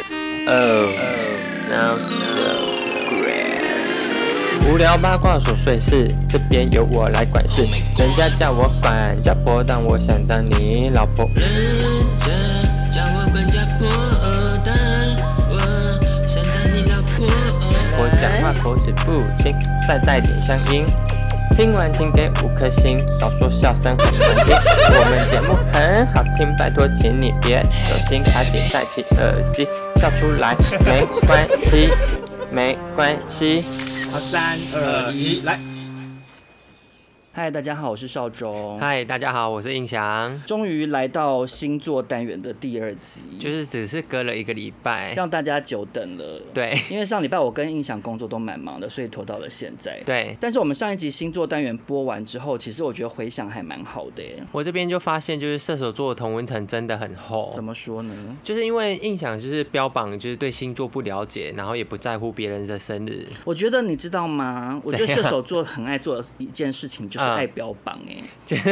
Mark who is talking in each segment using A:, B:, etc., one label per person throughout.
A: Oh, now so great. 无聊八卦琐碎事，这边由我来管事。人家叫我管家婆，但我想当你老婆。
B: 人家叫我管家婆，但我想当你老婆。
A: 我讲话口齿不清，再带点乡音。听完请给五颗星，少说笑声很难听。我们节目很好听，拜托请你别走心，卡紧戴起耳机，笑出来没关系， 没关系。
C: 好，三二一，来！嗨，大家好，我是邵忠。
D: 嗨，大家好，我是印翔，
C: 终于来到星座单元的第二集，
D: 就是只是隔了一个礼拜，
C: 让大家久等了。，
D: 对
C: 因为上礼拜我跟印象工作都蛮忙的，所以拖到了现在。，
D: 对，
C: 但是我们上一集星座单元播完之后，其实我觉得回响还蛮好的耶。
D: 我这边就发现就是射手座的同温层真的很厚
C: 怎，么说呢？
D: 就是因为印象就是标榜就是对星座不了解，然后也不在乎别人的生日，
C: 我觉得你知道吗？我觉得
D: 怎
C: 射
D: 样
C: 手座很爱做的一件事情就
D: 嗯
C: 是爱标榜哎、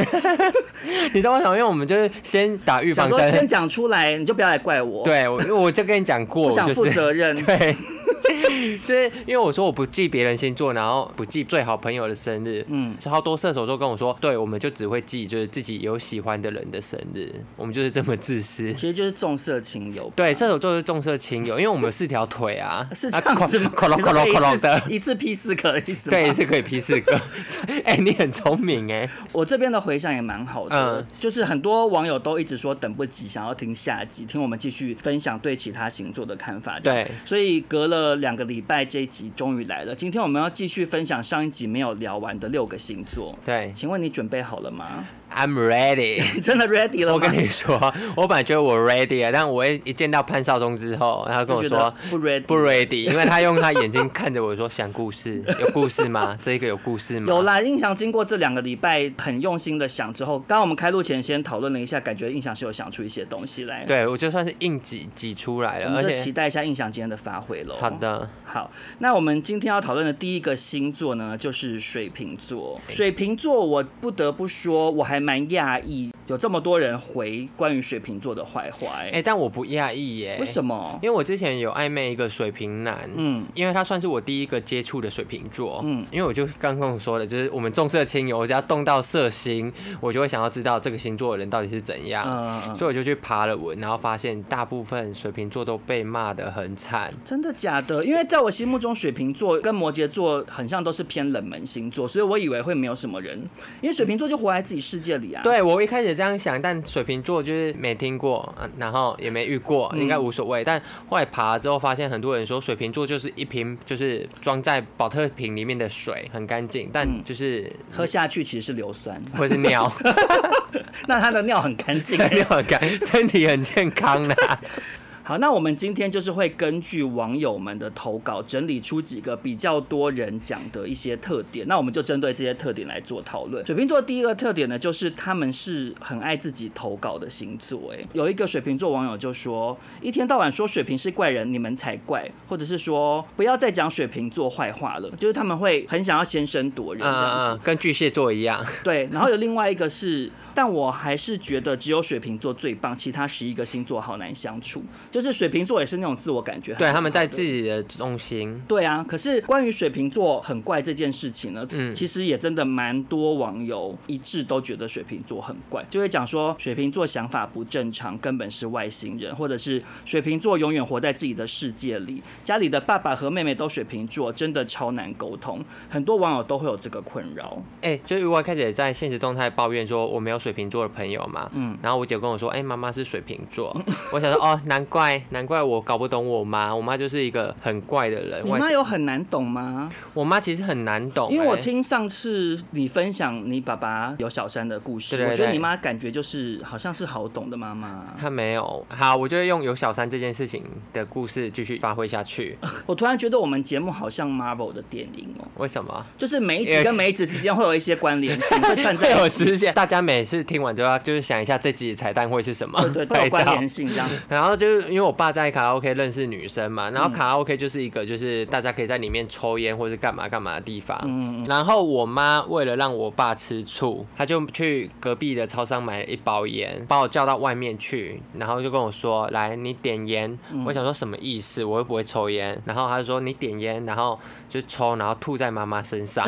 D: 你知道为什么？因为我们就是先打预
C: 想
D: 防
C: 说先
D: 针，
C: 讲出来，你就不要来怪我。，
D: 对我我就跟你讲过，
C: 不
D: 我
C: 想负
D: 就是
C: 责任。
D: 对。就是因为我说我不记别人星座，然后不记最好朋友的生日，
C: 嗯
D: 嗯，超多射手座跟我说，对，我们就只会记就是自己有喜欢的人的生日，我们就是这么自私。
C: 其实就是重色轻友吧。，
D: 对，射手座是重色轻友，因为我们有四条腿啊
C: 是这样子吗？
D: 恐龙
C: 你说
D: 恐龙
C: 可以
D: 恐龙
C: 一次
D: 的，
C: 一次劈四个的意思吗？
D: 对，是可以劈四 个。 哎、你很聪明哎、
C: 我这边的回响也蛮好的，
D: 嗯
C: 就是很多网友都一直说等不及，想要听下集，听我们继续分享对其他星座的看法。这样
D: 对，
C: 所以隔了两个礼拜，这一集终于来了。今天我们要继续分享上一集没有聊完的六个星座。
D: 对
C: 请问你准备好了吗？
D: ，I'm ready。
C: 你真的 ready 了吗？
D: 我跟你说，我本来觉得我 ready 啊，但我一一见到潘少忠之后，他跟我
C: 就觉得
D: 说
C: 不 ready，
D: 不 ready，因为他用他眼睛看着我说想故事， 有故事吗？这个有故事吗？
C: 有啦，印象经过这两个礼拜很用心的想之后，刚刚我们开录前先讨论了一下，感觉印象是有想出一些东西来。
D: 对我就算是硬挤挤出来
C: 我
D: 了，而
C: 们就期
D: 且
C: 待一下印象今天的发挥喽。
D: 好，的，
C: 好，那我们今天要讨论的第一个星座呢，就是水瓶座。水瓶座，我不得不说，我还蛮讶异，有这么多人回关于水瓶座的坏话、欸。
D: 哎、但我不讶异耶，
C: 为什么？
D: 因为我之前有暧昧一个水瓶男，
C: 嗯
D: 嗯，因为他算是我第一个接触的水瓶座，
C: 嗯
D: 嗯，因为我就刚跟我说的，就是我们重色轻友，我只要动到色心，我就会想要知道这个星座的人到底是怎样，
C: 嗯嗯嗯
D: 啊所以我就去爬了文，然后发现大部分水瓶座都被骂得很惨，
C: 真的假的？因为在我心目中，水瓶座跟摩羯座很像，都是偏冷门星座，所以我以为会没有什么人，因为水瓶座就活在自己世界里啊。，
D: 对我一开始这样想，但水瓶座就是没听过，嗯然后也没遇过，应该无所谓。但后来爬了之后，发现很多人说水瓶座就是一瓶就是装在保特瓶里面的水，很干净，但就是。
C: 喝下去其实是硫酸，
D: 或是尿，
C: 那他的尿很干净、
D: 没有感，身体很健康啦。
C: 好，那我们今天就是会根据网友们的投稿，整理出几个比较多人讲的一些特点。那我们就针对这些特点来做讨论。水瓶座第一个特点呢，就是他们是很爱自己投稿的星座。哎，有一个水瓶座网友就说，一天到晚说水瓶是怪人，你们才怪，或者是说不要再讲水瓶座坏话了，就是他们会很想要先声夺人
D: 嗯
C: 这样
D: 嗯，
C: 子
D: 嗯，跟巨蟹座一 样，
C: 对，然后有另外一个是，但我还是觉得只有水瓶座最棒，其他十一个星座好难相处。就是水瓶座也是那种自我感觉很
D: 对，
C: 好
D: 他们在
C: 的
D: 自己的中心。
C: 对啊，可是关于水瓶座很怪这件事情呢，
D: 嗯
C: 其实也真的蛮多网友一致都觉得水瓶座很怪，就会讲说水瓶座想法不正常，根本是外星人，或者是水瓶座永远活在自己的世界里，家里的爸爸和妹妹都水瓶座，真的超难沟通，很多网友都会有这个困扰。
D: 哎、就是我一开始也在现实动态抱怨说我没有水瓶座的朋友嘛，嗯，然后我姐跟我说，哎、妈妈是水瓶座，
C: 嗯
D: 我想说，哦，难怪，难怪我搞不懂我妈，我妈就是一个很怪的人，
C: 你
D: 我
C: 妈有很难懂吗？
D: 我妈其实很难懂、
C: 因为我
D: 哎
C: 听上次你分享你爸爸有小三的故事，
D: 对对
C: 我觉得
D: 对
C: 你妈感觉就是好像是好懂的妈妈。
D: 她没有，好，我就会用有小三这件事情的故事继续发挥下 去，
C: 我突然觉得我们节目好像 Marvel 的电影哦、
D: 为什 么？
C: 就是每一集跟每一集之间会有一些关联性，会串在
D: 会有
C: 一起，
D: 实现，大家每次听完都要就是想一下这集的彩蛋会是什么，
C: 对对，会有关联性这样。
D: 然后就是因因为我爸在卡拉 OK 认识女生
C: 嗯
D: 嘛，然后卡拉 OK 就是一个就是大家可以在里面抽烟或是干嘛干嘛的地方。
C: 嗯
D: 然后我妈为了让我爸吃醋，她就去隔壁的超商买了一包烟，把我叫到外面去，然后就跟我说：“来，你点烟。”
C: 嗯
D: 我想说什么意思？我又不会抽烟。然后她就说：“你点烟，然后就抽，然后吐在妈妈身 上。”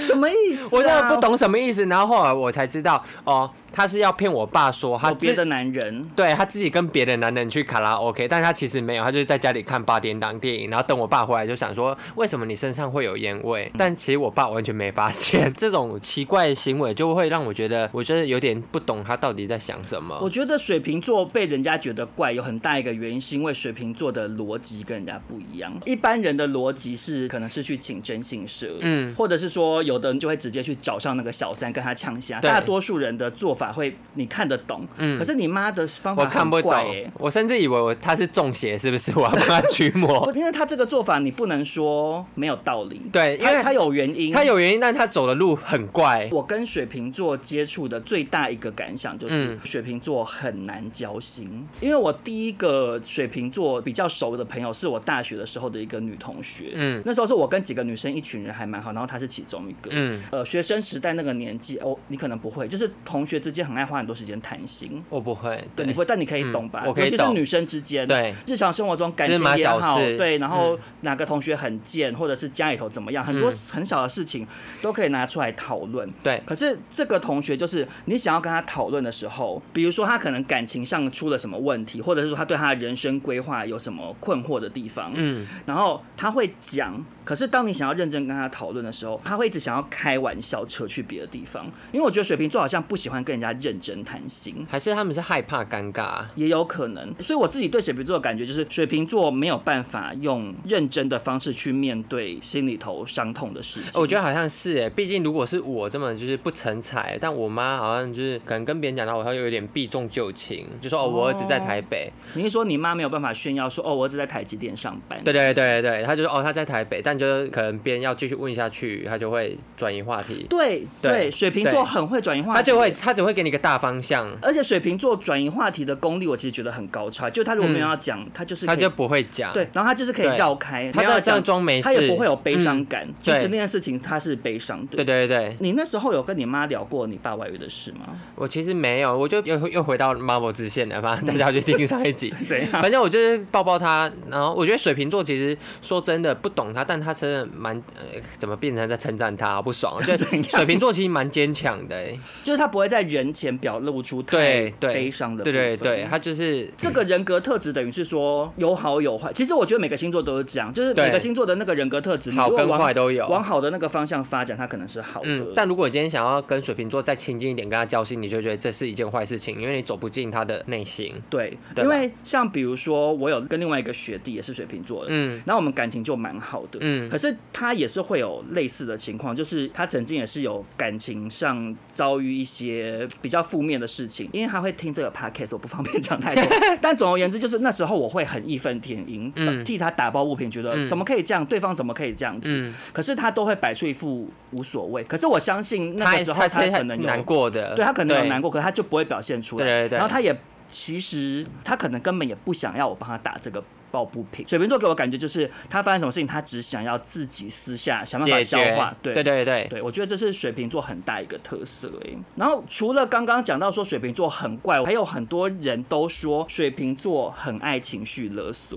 C: 什么意思、啊？
D: 我真的不懂什么意思。然后后来我才知道，哦，他是要骗我爸说他
C: 有别的
D: 自
C: 男人。
D: 对他自己跟别的男人去卡拉 OK，但他其实没有，他就是在家里看八点档电影，然后等我爸回来就想说，为什么你身上会有烟味？
C: 嗯
D: 但其实我爸完全没发现，这种奇怪的行为就会让我觉得，我真的有点不懂他到底在想什么
C: 我。觉得水瓶座被人家觉得怪，有很大一个原因是因为水瓶座的逻辑跟人家不一样。一般人的逻辑是可能是去请征信社，嗯，或者是说有的人就会直接去找上那个小三跟他呛虾。
D: 对
C: 大多数人的做法会你看得懂，嗯，可是你妈的方
D: 我
C: 法
D: 看
C: 很
D: 不懂
C: 怪、欸，，
D: 我甚至以为我他是中邪，是不是？我要帮他驱魔
C: 不。因为他这个做法你不能说没有道理，
D: 对因为
C: 他他有原因，
D: 他有原因，但他走的路很怪。
C: 我跟水瓶座接触的最大一个感想就是
D: 嗯，
C: 水瓶座很难交心。因为我第一个水瓶座比较熟的朋友是我大学的时候的一个女同学，嗯
D: 嗯，
C: 那时候是我跟几个女生一群人还蛮好，然后她是其中一个，嗯
D: 嗯，
C: 呃，学生时代那个年纪，哦，你可能不会，就是同学之间很爱花很多时间谈心。
D: 我不会，
C: 对，
D: 对
C: 你不会，但你可以
D: 嗯
C: 懂吧？
D: 我可以
C: 尤其是
D: 懂
C: 女生之间，
D: 对
C: 日常生活中感
D: 芝麻
C: 情也
D: 小
C: 好，
D: 事
C: 对，然后
D: 嗯
C: 哪个同学很贱，或者是家里头怎么样，很多
D: 嗯
C: 很小的事情都可以拿出来讨论。
D: 对
C: 可是这个同学就是你想要跟他讨论的时候，比如说他可能感情上出了什么问题，或者是说他对他的人生规划有什么困惑的地方，
D: 嗯，
C: 然后他会讲。可是当你想要认真跟他讨论的时候，他会一直想要开玩笑扯去别的地方，因为我觉得水瓶座好像不喜欢跟人家认真谈心。
D: 还是他们是害怕尴尬啊、
C: 也有可能，所以我自己对水瓶座的感觉就是，水瓶座没有办法用认真的方式去面对心里头伤痛的事情。
D: 呃我觉得好像是哎，毕竟如果是我这么就是不成才，但我妈好像就是可能跟别人讲到我，她有点避重就轻，就说哦，我儿子在台北，
C: 你是说你妈没有办法炫耀说哦，我儿子在台积电上班？
D: 对对对对，她就说哦他在台北，但就是可能别人要继续问下去，她就会转移话题，
C: 对
D: 对
C: 对，水瓶座
D: 对
C: 很会转移话题，
D: 她就会她只会给你一个大方向，
C: 而且水瓶座转移话题的功力，我其实觉得很高超。就他如果没有要讲，他就是
D: 她
C: 可
D: 嗯
C: 以
D: 就不会讲，
C: 对，然后他就是可以
D: 对
C: 绕开，
D: 他
C: 没有要
D: 这样
C: 讲
D: 装没
C: 他也
D: 事
C: 不会有悲伤
D: 嗯
C: 感。其实
D: 对
C: 那件事情他是悲伤的。
D: 对对对，
C: 你那时候有跟你妈聊过你爸外遇的 事吗？
D: 我其实没有，我就又又回到 Marvel 支线了，反正大家去听上一集。
C: 怎 样
D: 反正我就是抱抱他，然后我觉得水瓶座其实说真的不懂他，但他真的蛮呃，怎么变成在称赞他，不爽。就
C: 怎样
D: 水瓶座其实蛮坚强的、欸，
C: 就是他不会在人前表露出太
D: 对对，
C: 悲伤的部
D: 对
C: 分。
D: 对对，他就是
C: 这个人格特质等于是说有好有坏。其实我觉得每个星座都是这样，就是
D: 对
C: 每个星座的那个人格特质，你
D: 好
C: 如果
D: 跟
C: 往
D: 坏都有
C: 往好的那个方向发展，它可能是好的。
D: 嗯，但如果你今天想要跟水瓶座再亲近一点，跟他交心，你就觉得这是一件坏事情，因为你走不进他的内心。
C: 对，
D: 对
C: 因
D: 吧
C: 为像比如说，我有跟另外一个学弟也是水瓶座的，
D: 嗯
C: 然后我们感情就蛮好的，
D: 嗯
C: 可是他也是会有类似的情况，就是他曾经也是有感情上遭遇一些比较负面的事情，因为他会听这个 podcast，我不方便 讲太多，但总而言之，就是那时候我会很义愤填膺，
D: 嗯
C: 替他打抱不平，觉得
D: 嗯
C: 怎么可以这样，对方怎么可以这样子，
D: 嗯，
C: 可是他都会摆出一副无所谓，可是我相信那
D: 他
C: 个时候
D: 他
C: 他
D: 是
C: 可能
D: 很
C: 有
D: 难过的，
C: 对他可能有
D: 对
C: 难过，可是他就不会表现出来。
D: 对对对
C: 然后他也其实他可能根本也不想要我帮他打这个抱不平。水瓶座给我感觉就是他发生什么事情，他只想要自己私下想办法
D: 解
C: 消
D: 决
C: 化。对
D: 对对对，
C: 对，我觉得这是水瓶座很大一个特色哎、然后除了刚刚讲到说水瓶座很怪，还有很多人都说水瓶座很爱情绪勒索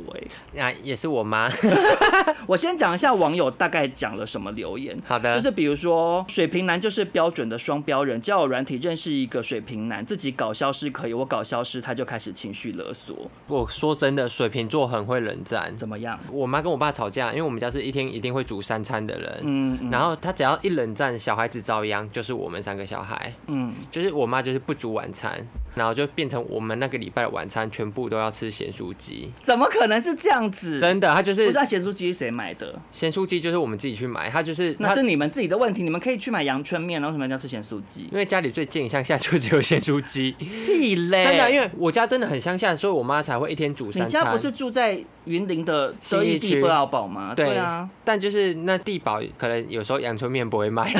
C: 哎、
D: 啊，也是我妈。
C: 我先讲一下网友大概讲了什么留言。
D: 好的
C: 就是比如说水瓶男就是标准的双标人，交友软体认识一个水瓶男，自己搞消失可以，我搞消失他就开始情绪勒索，
D: 我说真的，水瓶座很会冷战。
C: 怎么样？
D: 我妈跟我爸吵架，因为我们家是一天一定会煮三餐的人。
C: 嗯嗯
D: 然后他只要一冷战，小孩子遭殃，就是我们三个小孩，
C: 嗯，
D: 就是我妈就是不煮晚餐，然后就变成我们那个礼拜的晚餐全部都要吃咸酥鸡。
C: 怎么可能是这样子？
D: 真的，她就
C: 不
D: 是
C: 知道咸酥鸡是谁买的，
D: 咸酥鸡，就是我们自己去买，她就是
C: 那
D: 她
C: 是你们自己的问题，你们可以去买阳春面，然后为什么一定要吃咸酥 鸡？
D: 因为家里最近乡下就只有咸酥 鸡，
C: 屁嘞！
D: 真的，因
C: 为
D: 为我家真的很乡下，所以我妈才会一天煮
C: 你
D: 三餐。
C: 家不是住在云林的
D: 信
C: 德
D: 义
C: 义地
D: 区
C: 不老堡嘛，对啊，，
D: 但就是那地堡可能有时候阳春面不会卖，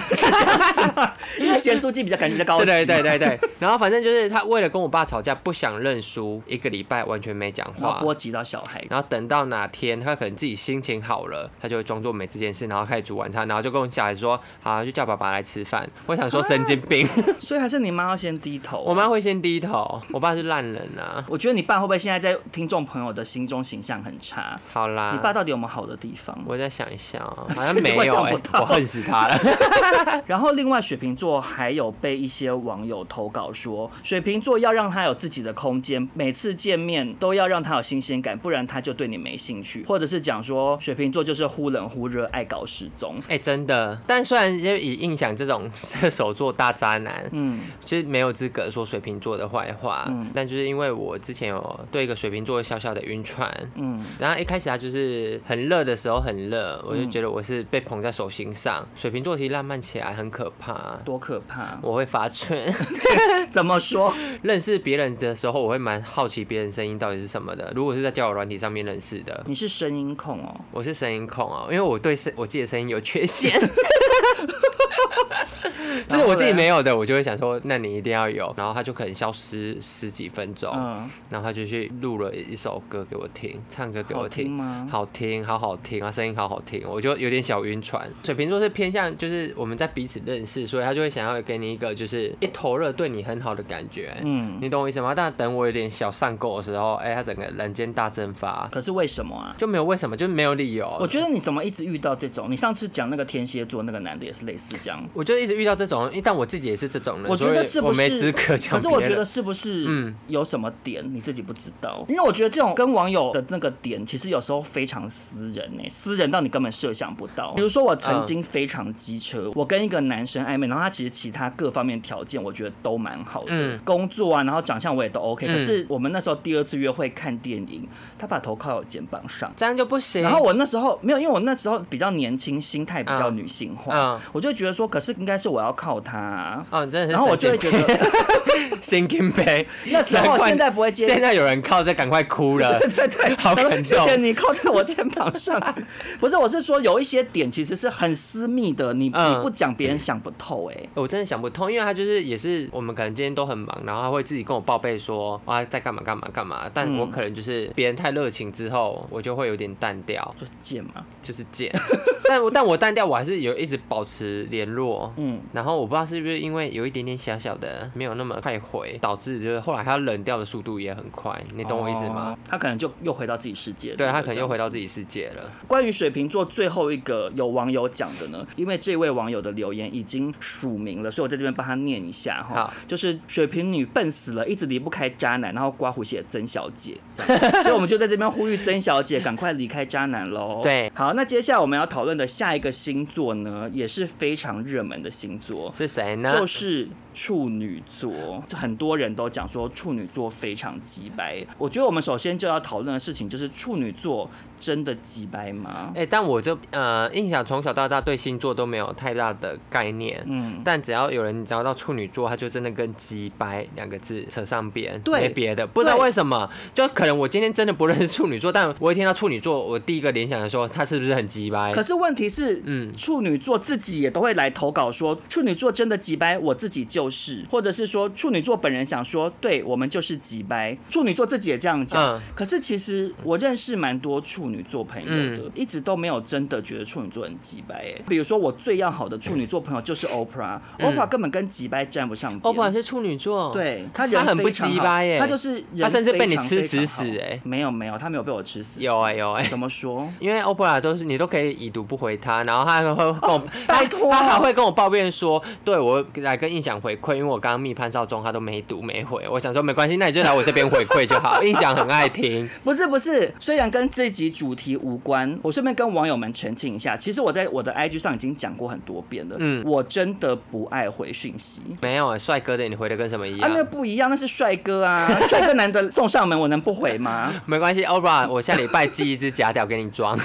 C: 因为咸酥鸡比较感觉比较高 级，
D: 对对对对对。然后反正就是他为了跟我爸吵架，不想认输，一个礼拜完全没讲
C: 然后
D: 话。
C: 波及到小孩，
D: 然后等到哪天他可能自己心情好了，他就会装作没这件事，然后开始煮晚餐，然后就跟我小孩说：“好、就叫爸爸来吃饭。”我想
C: 啊
D: 说神经病，
C: 所以还是你妈要先低头。
D: 我妈会先低头，我爸是烂人啊。
C: 我觉得你爸会不会现在在听众朋友的心中形象很差？
D: 好啦，
C: 你爸到底有没有好的地方？
D: 我再想一下、啊，好
C: 是
D: 像没有
C: 我想
D: 哎、
C: 不到
D: 我恨死他了。
C: 啊然后另外水瓶座还有被一些网友投稿说，水瓶座要让他有自己的空间，每次见面都要让他有新鲜感，不然他就对你没兴趣，或者是讲说水瓶座就是忽冷忽热，爱搞失踪。
D: 哎、真的，但虽然就以印象这种 射手座大渣男，
C: 嗯，
D: 其实没有资格说水瓶座的坏话，
C: 嗯
D: 但就是因为我之前有对一个水瓶座小小的晕船，
C: 嗯，
D: 然后一开始他就是很热的时候很热，我就觉得我是被捧在手心上。水瓶座其实浪漫起来很可怕，
C: 多可怕！
D: 我会发春。
C: 怎么说？
D: 认识别人的时候，我会蛮好奇别人声音到底是什么的。如果是在交友软体上面认识的，
C: 你是声音控哦，
D: 我是声音控哦，因为我对声我自己的声音有缺 陷。 就是我自己没有的，我就会想说，那你一定要有。然后他就可能消失十几分钟，
C: 嗯，
D: 然后他就去录了一首歌给我听，唱歌给我
C: 好听
D: 听，
C: 吗？
D: 好听，好好听啊，声音好好听，我就有点小晕船。水瓶座是偏向就是我们在彼此认识，所以他就会想要给你一个就是一头热对你很好的感觉，
C: 嗯，
D: 你懂我意思吗？但等我有点小上钩的时候，哎、他整个人间大蒸发，
C: 可是为什么啊？
D: 就没有为什么，就没有理由。
C: 我觉得你怎么一直遇到这种？你上次讲那个天蝎座那个男的也是类似这样。
D: 我就一直遇到这种，但我自己也是这种人，
C: 我觉得
D: 所以
C: 是不
D: 我
C: 是？
D: 没资格讲别人。
C: 可是我觉得是不是
D: 嗯
C: 有什么点你自己不知道？因为我觉得这种跟网友的那个点，其实有时候非常私人呢、私人到你根本设想不到。比如说我
D: 嗯
C: 曾经非常机车，我跟一个男生暧昧，然后他其实其他各方面条件我觉得都蛮好的，
D: 嗯
C: 工作啊，然后长相我也都 OK、
D: 嗯
C: 可是我们那时候第二次约会看电影，他把头靠我肩膀上。
D: 这样就不行。
C: 然后我那时候没有，因为我那时候比较年轻，心态比较
D: 嗯
C: 女性化，
D: 嗯
C: 我就觉得说，可是应该是我要靠他啊、
D: 哦，你真的是，
C: 然后我就会觉得，
D: 心惊杯。
C: 那时候
D: 难怪
C: 现在不会接
D: 现在有人靠这，赶快哭了。
C: 对对对，
D: 好感动
C: 谢谢你靠在我肩膀上。 不是，我是说有一些点其实是很私密的，你、
D: 嗯
C: 你不讲别人想不透哎、
D: 我真的想不通，因为他就是也是我们可能今天都很忙，然后他会自己跟我报备说啊在干嘛干嘛干嘛，但
C: 嗯
D: 我可能就是别人太热情之后，我就会有点淡掉，
C: 就是贱嘛，
D: 就是 贱。但我但我淡掉，我还是有一直保持联络。
C: 嗯，
D: 然后我不知道是不是因为有一点点小小的没有那么快回，导致就是后来他冷掉的速度也很快，你懂我意思吗？
C: 哦？他可能就又回到自己世界了，
D: 对他可
C: 这
D: 能
C: 样
D: 又回到自己世界了。
C: 关于水瓶座最后一个有网友讲的呢，因为这位网友的留言已经署名了，所以我在这边帮他念一下哈
D: 好。
C: 就是水瓶女笨死了，一直离不开渣男，然后刮胡写曾小 姐，所以我们就在这边呼吁曾小姐赶快离开渣男喽。
D: 对，
C: 好，那接下来我们要讨论的下一个星座呢，也是非常热门的星座。
D: 是谁呢？
C: 就是处女座，就很多人都讲说处女座非常鸡掰。我觉得我们首先就要讨论的事情就是处女座真的鸡掰吗？
D: 哎、但我就呃印象从小到大对星座都没有太大的概念，
C: 嗯，
D: 但只要有人聊到处女座，他就真的跟“鸡掰”两个字扯上边，
C: 对
D: 没别的，不知道
C: 对
D: 为什么，就可能我今天真的不认识处女座，但我一听到处女座，我第一个联想的说他是不是很鸡掰
C: 可？是问题是，嗯，
D: 哎嗯
C: 处女座自己也都会来投稿说，处女座真的急掰，我自己就是，或者是说处女座本人想说，对我们就是急掰，处女座自己也这样讲。
D: 嗯
C: 可是其实我认识蛮多处女座朋友的，
D: 嗯
C: 一直都没有真的觉得处女座很急掰。哎，比如说我最要好的处女座朋友就是 OPRA，OPRA、OPRA 根本跟急掰沾不上边。
D: OPRA 嗯是处女座，，
C: 对他人
D: 他很不
C: 非常好
D: 急掰耶
C: 他就是人
D: 他甚至被
C: 非常
D: 你吃
C: 非常
D: 死
C: 好
D: 死哎
C: 没有没有，他没有被我吃死，
D: 有哎、有哎、
C: 怎么说？
D: 因为 OPRA 都是你都可以已读不回他，然后他还会跟我，他
C: 哦拜托啊
D: 他还会跟我抱怨说，对我来跟印象回馈，因为我刚刚密潘少忠他都没读没回，我想说没关系，那你就来我这边回馈就 好，印象很爱听，
C: 不是不是，虽然跟这集主题无关，我顺便跟网友们澄清一下，其实我在我的 IG 上已经讲过很多遍了，嗯
D: 嗯，
C: 我真的不爱回讯息。
D: 没有哎帅哥的你回的跟什么一
C: 啊，
D: 样？
C: 那不一样，那是帅哥啊， 帅哥 难得送上门，我能不回吗？
D: 没关系，OPRA，我下礼拜寄一只假屌给你装。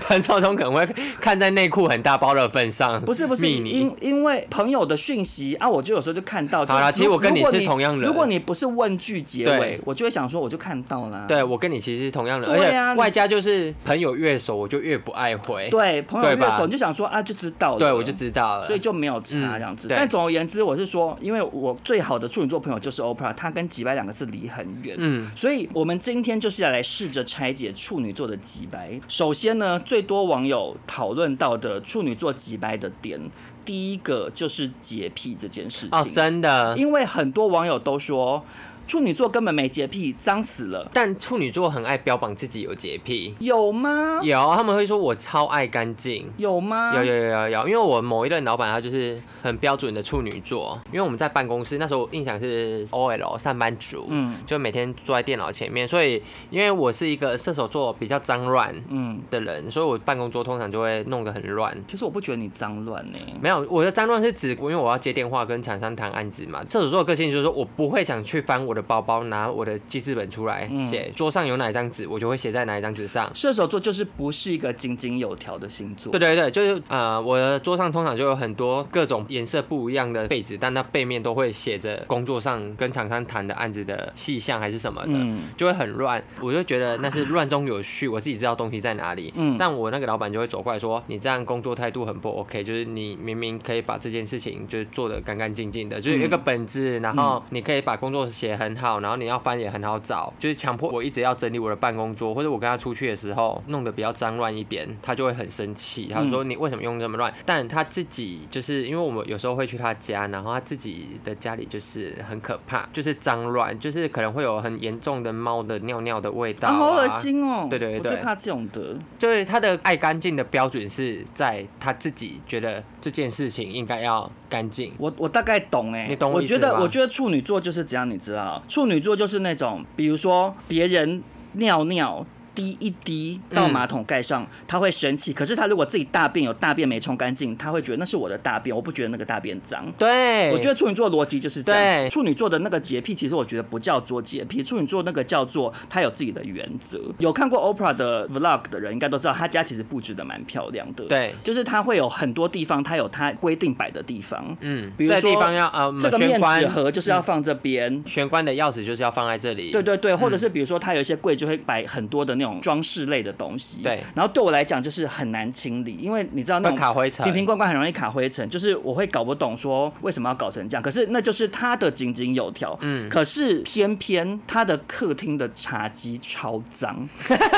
D: 潘少忠可能会看在内裤很大包的份上，
C: 不是不是，
D: 密你
C: 因因为朋友的讯息啊，我就有时候就看到。就
D: 好啦其实我跟
C: 如
D: 你
C: 果
D: 是同样人
C: 如果你不是问句结
D: 对
C: 尾，我就会想说，我就看到啊啦。
D: 对我跟你其实是同样的，而
C: 对啊
D: 且外加就是朋友越熟，我就越不爱回。
C: 对，朋友
D: 对
C: 越
D: 吧
C: 熟，你就想说啊，就知道了。
D: 对，我就知道了。
C: 所以就没有差
D: 嗯
C: 这样子。
D: 对
C: 但总而言之，我是说，因为我最好的处女座朋友就是 OPRA，h 他跟几百两个字离很远。
D: 嗯
C: 所以我们今天就是要来试着拆解处女座的几白。首先呢，最多网友讨论到的处女座几白的点，第一个就是洁癖这件事情。
D: 哦，真的，
C: 因为很多网友都说处女座根本没洁癖，脏死了。
D: 但处女座很爱标榜自己有洁癖，
C: 有吗？
D: 有他们会说我超爱干净。
C: 有吗？
D: 有有有有有，因为我某一任老板他就是很标准的处女座，因为我们在办公室那时候我印象是 OL 上班族，
C: 嗯
D: 嗯，就每天坐在电脑前面，所以因为我是一个射手座比较脏乱
C: 嗯，
D: 的人，所以我办公桌通常就会弄得很乱。
C: 其实我不觉得你脏乱欸呢、
D: 没有，我的脏乱是指，因为我要接电话跟厂商谈案子嘛。射手座的个性就是说我不会想去翻我的包包，拿我的记事本出来写，桌上有哪一张纸，我就会写在哪一张纸上。
C: 射手座就是不是一个井井有条的星座。
D: 对对对，就是呃，我的桌上通常就有很多各种颜色不一样的被子，但它背面都会写着工作上跟厂商谈的案子的细项还是什么的，
C: 嗯
D: 就会很乱。我就觉得那是乱中有序，我自己知道东西在哪里。
C: 嗯
D: 但我那个老板就会走过来说：“你这样工作态度很不 OK，就是你明明可以把这件事情就是做的干干净净的，就是有一个本子，然后你可以把工作写很好，然后你要翻也很好找，就是强迫我一直要整理我的办公桌，或者我跟他出去的时候弄得比较脏乱一点，他就会很生气，他就说你为什么用这么乱？但他自己就是因为我们有时候会去他家，然后他自己的家里就是很可怕，就是脏乱，就是可能会有很严重的猫的尿尿的味道、
C: 啊，
D: 啊，
C: 好恶心哦！
D: 对对对
C: 我最怕这种的。
D: 就是他的爱干净的标准是在他自己觉得这件事情应该要干净。
C: 我我大概懂哎、
D: 你懂我
C: 我
D: 意
C: 觉
D: 思
C: 得
D: 吧
C: 我觉得处女座就是这样，你知道，处女座就是那种，比如说别人尿尿。滴一滴到
D: 嗯
C: 马桶盖上，他会生气。可是他如果自己大便有大便没冲干净，他会觉得那是我的大便，我不觉得那个大便脏。
D: 对，
C: 我觉得处女座的逻辑就是这样。
D: 哎对
C: 处女座的那个洁癖，其实我觉得不叫做洁癖，处女座那个叫做他有自己的原则。有看过 Oprah 的 Vlog 的人，应该都知道她家其实布置的蛮漂亮的。
D: 对
C: 就是她会有很多地方，她有她规定摆的地方。
D: 嗯，
C: 比如
D: 这
C: 说
D: 地方要呃，我嗯们
C: 这个
D: 玄
C: 面纸
D: 关
C: 盒就是要放这边。
D: 玄关的钥匙就是要放在这里。
C: 对对对，或者是比如说，它有一些柜就会摆很多的那种装饰类的东西。
D: 对
C: 然后对我来讲就是很难清理，因为你知道那种
D: 会卡灰尘
C: 瓶瓶罐罐很容易卡灰尘，就是我会搞不懂说为什么要搞成这样。可是那就是它的井井有条。嗯，可是偏偏他的客厅的茶几超 脏，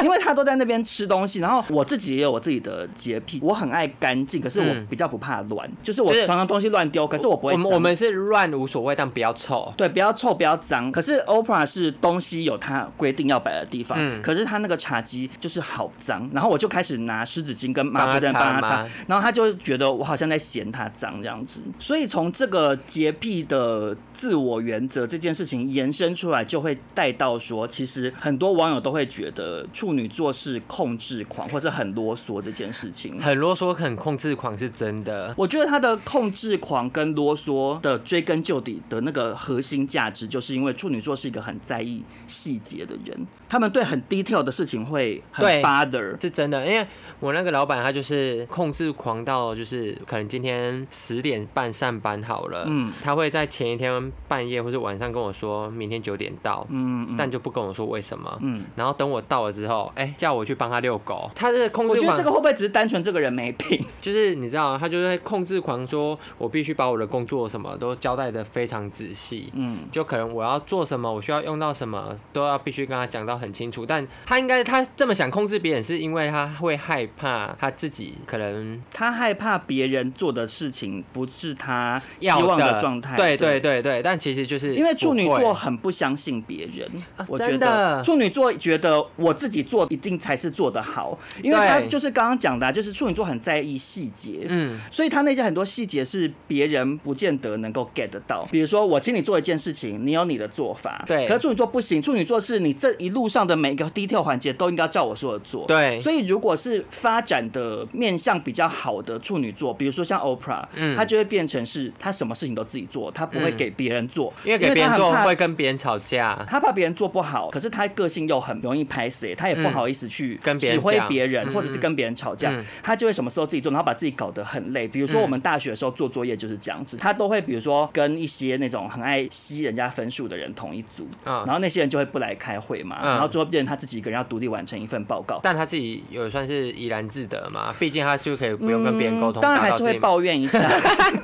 C: 因为他都在那边吃东西。然后我自己也有我自己的洁癖，我很爱干净，可是我
D: 嗯
C: 比较不怕乱，就是我
D: 就是
C: 常常东西乱丢，可是我不会
D: 我们
C: 脏
D: 我们是乱无所谓，但不要臭。
C: 对，不要臭，不要脏。可是 OPRA 是东西有它规定要摆的地方，
D: 嗯
C: 可是他那个茶几就是好脏，然后我就开始拿湿纸巾跟抹布在帮
D: 帮他
C: 他
D: 擦
C: 擦
D: 吗，
C: 然后他就觉得我好像在嫌他脏这样子。所以从这个洁癖的自我原则这件事情延伸出来，就会带到说，其实很多网友都会觉得处女座是控制狂或者很啰嗦这件事情。
D: 很啰嗦，很控制狂是真的。
C: 我觉得他的控制狂跟啰嗦的追根究底的那个核心价值，就是因为处女座是一个很在意细节的人，他们对很 detail 的事情会很
D: 对
C: bother。
D: 是真的，因为我那个老板他就是控制狂到，就是可能今天十点半上班好了，
C: 嗯
D: 嗯，他会在前一天半夜或是晚上跟我说明天九点到，
C: 嗯，嗯
D: 但就不跟我说为什么，
C: 嗯
D: 嗯，然后等我到了之后，哎、叫我去帮他遛狗，他的控
C: 我
D: 制
C: 觉得
D: 狂
C: 这个会不会只是单纯这个人没病？
D: 就是你知道，他就是会控制狂说，我必须把我的工作什么都交代的非常仔细，
C: 嗯，
D: 就可能我要做什么，我需要用到什么，都要必须跟他讲到很清楚。但他应该他这么想控制别人，是因为他会害怕他自己可能
C: 他害怕别人做的事情不是他希
D: 要
C: 望的状态。
D: 对对对对，但其实就是
C: 因为处女
D: 不
C: 座
D: 会
C: 很不相信别人，
D: 啊
C: 我觉
D: 真
C: 得
D: 的
C: 处女座觉得我自己做一定才是做得好，因为
D: 对
C: 他就是刚刚讲的啊、就是处女座很在意细节，
D: 嗯
C: 所以他那些很多细节是别人不见得能够 get 得到。比如说，我请你做一件事情，你有你的做法，
D: 对
C: 可是处女座不行，处女座是你这一路上的每一个 detail 环节都应该照我说的做。
D: 对
C: 所以如果是发展的面向比较好的处女座，比如说像 Oprah，
D: 嗯
C: 她就会变成是她什么事情都自己做，她不会
D: 嗯
C: 给别人做，
D: 因为给别人
C: 她很
D: 做
C: 怕
D: 会跟别人吵架，
C: 他怕别人做不好，可是他个性又很容易拍死，他也不
D: 嗯
C: 好意思去
D: 跟别
C: 指
D: 人
C: 挥
D: 讲
C: 别人，
D: 嗯
C: 或者是跟别人吵架，
D: 嗯
C: 他就会什么事都自己做，然后把自己搞得很累。比如说我们大学的时候做作业就是这样子，他都会比如说跟一些那种很爱吸人家分数的人同一组，
D: 嗯
C: 然后那些人就会不来开会嘛，
D: 嗯
C: 然后最后变成他自己一个人要独立完成一份报告。
D: 但他自己有算是怡然自得嘛，毕竟他就可以不用跟别人沟通，
C: 嗯当然
D: 达
C: 还
D: 到
C: 是
D: 自
C: 会
D: 己
C: 抱怨 一下，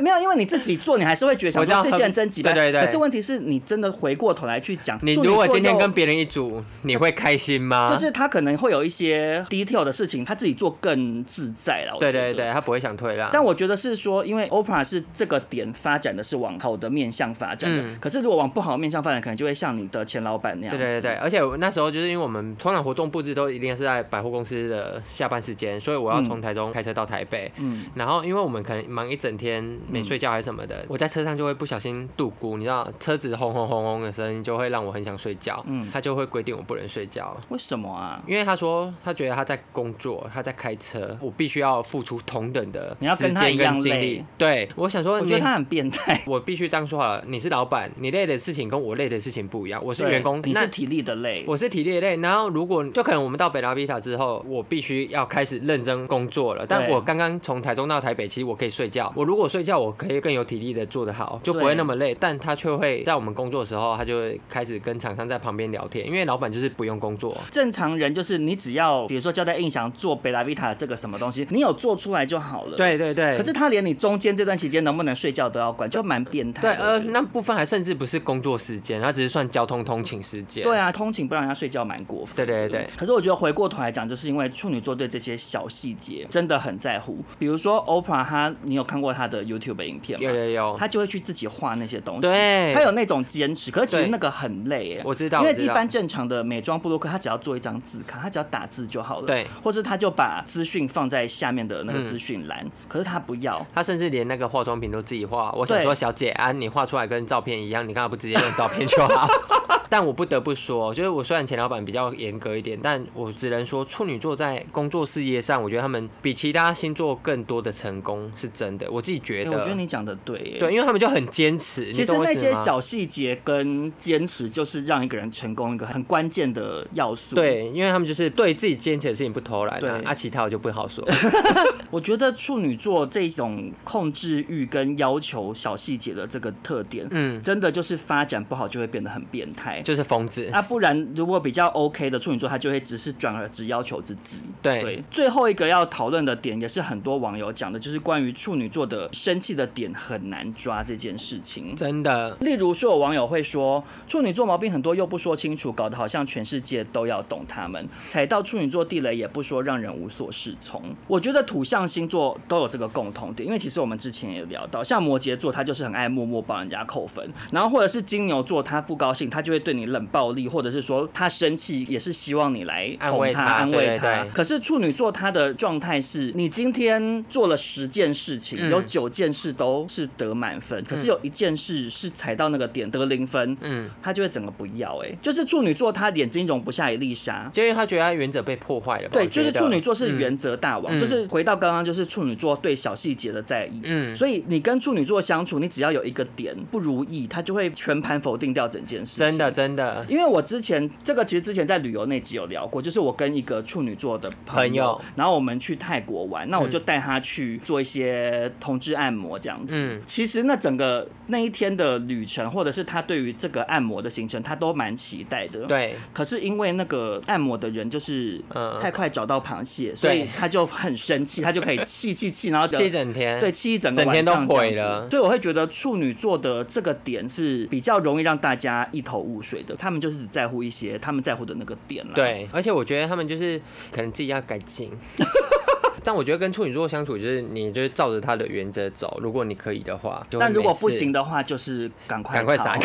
C: 没有，因为你自己做，你还是会觉得想
D: 我知道
C: 说这些人真几百。
D: 对对对
C: 可是问题是你真的回过头来去讲，
D: 你
C: 处
D: 如果
C: 座
D: 今天
C: 又
D: 跟别人一组，你会开心吗？
C: 就是他可能会有一些 detail 的事情，他自己做更自在了。我
D: 对
C: 觉
D: 对
C: 得
D: 对，。他不会想退让。
C: 但我觉得是说，因为 OPRA 是这个点发展的是往好的面向发展的，
D: 嗯
C: 可是如果往不好的面向发展，可能就会像你的前老板那样。
D: 对对对对，而且我那时候就是因为我们通常活动布置都一定是在百货公司的下班时间，所以我要从台中开车到台北。
C: 嗯，
D: 然后因为我们可能忙一整天没睡觉还是什么的，我在车上就会不小心度孤，你知道车子轰轰轰轰的声音就会让我很想睡觉。
C: 嗯
D: 他就会规定我不能睡觉。
C: 为什么啊？
D: 因为他说他觉得他在工作，他在开车，我必须要付出同等的
C: 你要跟
D: 时
C: 他
D: 间
C: 一样
D: 跟精
C: 累
D: 力。对，我想说
C: 我
D: 你，
C: 觉得他很变态。
D: 我必须这样说好了，你是老板，你累的事情跟我累的事情不一样。 我是员工，
C: 对你
D: 那
C: 是体力的累，
D: 我是体力累。然后如果就可能我们到北拉比塔之后，我必须要开始认真工作了。但
C: 对
D: 我刚刚从台中到台北，其实我可以睡觉。我如果睡觉，我可以更有体力的做得好，就不
C: 对
D: 会那么累。但他却会在我们工作的时候，他就会开始跟厂商在旁边聊天，因为老板就是不用工作。
C: 正常人就是你只要比如说交代印象做贝拉维塔这个什么东西，你有做出来就好了。。
D: 对对对，
C: 可是他连你中间这段期间能不能睡觉都要管，就蛮变态
D: 对
C: 的。
D: 呃，那部分还甚至不是工作时间，他只是算交通通勤时间。
C: 对啊，通勤不让人家睡觉蛮过
D: 对
C: 分。
D: 对对，
C: 可是我觉得回过头来讲，就是因为处女座对这些小细节真的很在乎。比如说 Oprah，她你有看过她的 YouTube 影片吗？
D: 有有有，
C: 她就会去自己画那些东西，
D: 对
C: 她有那种坚持。可是其实
D: 对
C: 那个很累哎，
D: 我知道
C: 因为
D: 我知
C: 一
D: 道
C: 般正常的美妆布洛克，她只要做一张字卡，她只要打字就好了，
D: 对，
C: 或是她就把资讯放在下面的那个资讯栏，可是她不要，
D: 他甚至连那个化妆品都自己画。我想
C: 对
D: 说，小姐啊，你画出来跟照片一样，你干嘛不直接用照片就 好？但我不得不说，就是我虽然前老板比较严格一点，但我只能说处女座在工作事业上，我觉得他们比其他星座更多的成功是真的。我自己觉
C: 哎
D: 得，
C: 我觉得你讲的对耶，
D: 对，因为他们就很坚持。你
C: 其实
D: 懂我
C: 那
D: 意思
C: 些
D: 吗
C: 小细节跟坚持，就是让一个人成功一个很关键的要素。，
D: 对，因为他们就是对自己坚持的事情不偷懒、啊
C: 对，
D: 啊，其他我就不好 说。
C: 我觉得处女座这种控制欲跟要求小细节的这个特点，
D: 嗯
C: 真的就是发展不好就会变得很变态。
D: 就是疯子
C: 啊，不然如果比较 OK 的处女座，他就会只是转而只要求自己。
D: 对
C: 最后一个要讨论的点，也是很多网友讲的，就是关于处女座的生气的点很难抓这件事情。
D: 真的，
C: 例如说，有网友会说，处女座毛病很多又不说清楚，搞得好像全世界都要懂他们，踩到处女座地雷也不说，让人无所适从。我觉得土象星座都有这个共同点，因为其实我们之前也聊到，像摩羯座他就是很爱默默帮人家扣分，然后或者是金牛座他不高兴，他就会对你冷暴力，或者是说他生气也是希望你来
D: 安慰
C: 哄他、
D: 他
C: 安
D: 对
C: 慰
D: 对
C: 他
D: 对。
C: 可是处女座他的状态是，你今天做了十件事情，
D: 嗯
C: 有九件事都是得满分，可是有一件事是踩到那个点得零分，
D: 嗯，
C: 他就会整个不要、欸。哎，就是处女座，他眼睛容不下一粒沙。
D: 就因为他觉得他原则被破哦坏了吧。
C: 对，
D: 我
C: 就是
D: 觉得
C: 处女座是原则大王，
D: 嗯
C: 就是回到刚刚，就是处女座对小细节的在意。
D: 嗯
C: 所以你跟处女座相处，你只要有一个点不如意，他就会全盘否定掉整件事情。
D: 真的真的，
C: 因为我之前这个其实之前在旅游那集有聊过，就是我跟一个处女座的朋友，
D: 朋友嗯
C: 然后我们去泰国玩，那我就带他去做一些同志按摩这样子。
D: 嗯
C: 其实那整个那一天的旅程，或者是他对于这个按摩的行程，他都蛮期待的。。
D: 对，
C: 可是因为那个按摩的人就是
D: 嗯
C: 太快找到螃蟹，所以他就很生气，他就可以气气气，然后就
D: 气一整天。
C: 对，气一整个
D: 整
C: 晚
D: 天
C: 上
D: 都
C: 这
D: 毁
C: 样子
D: 了
C: 所以我会觉得处女座的这个点是比较容易让大家一头雾水的，他们就是只在乎一些他们在乎的那个点啦。，
D: 对，而且我觉得他们就是可能自己要改进。 但我觉得跟处女座相处，就是你就是照着他的原则走，如果你可以的话，就会
C: 但如果
D: 没事
C: 不行的话，就是赶快
D: 赶快
C: 逃
D: 闪。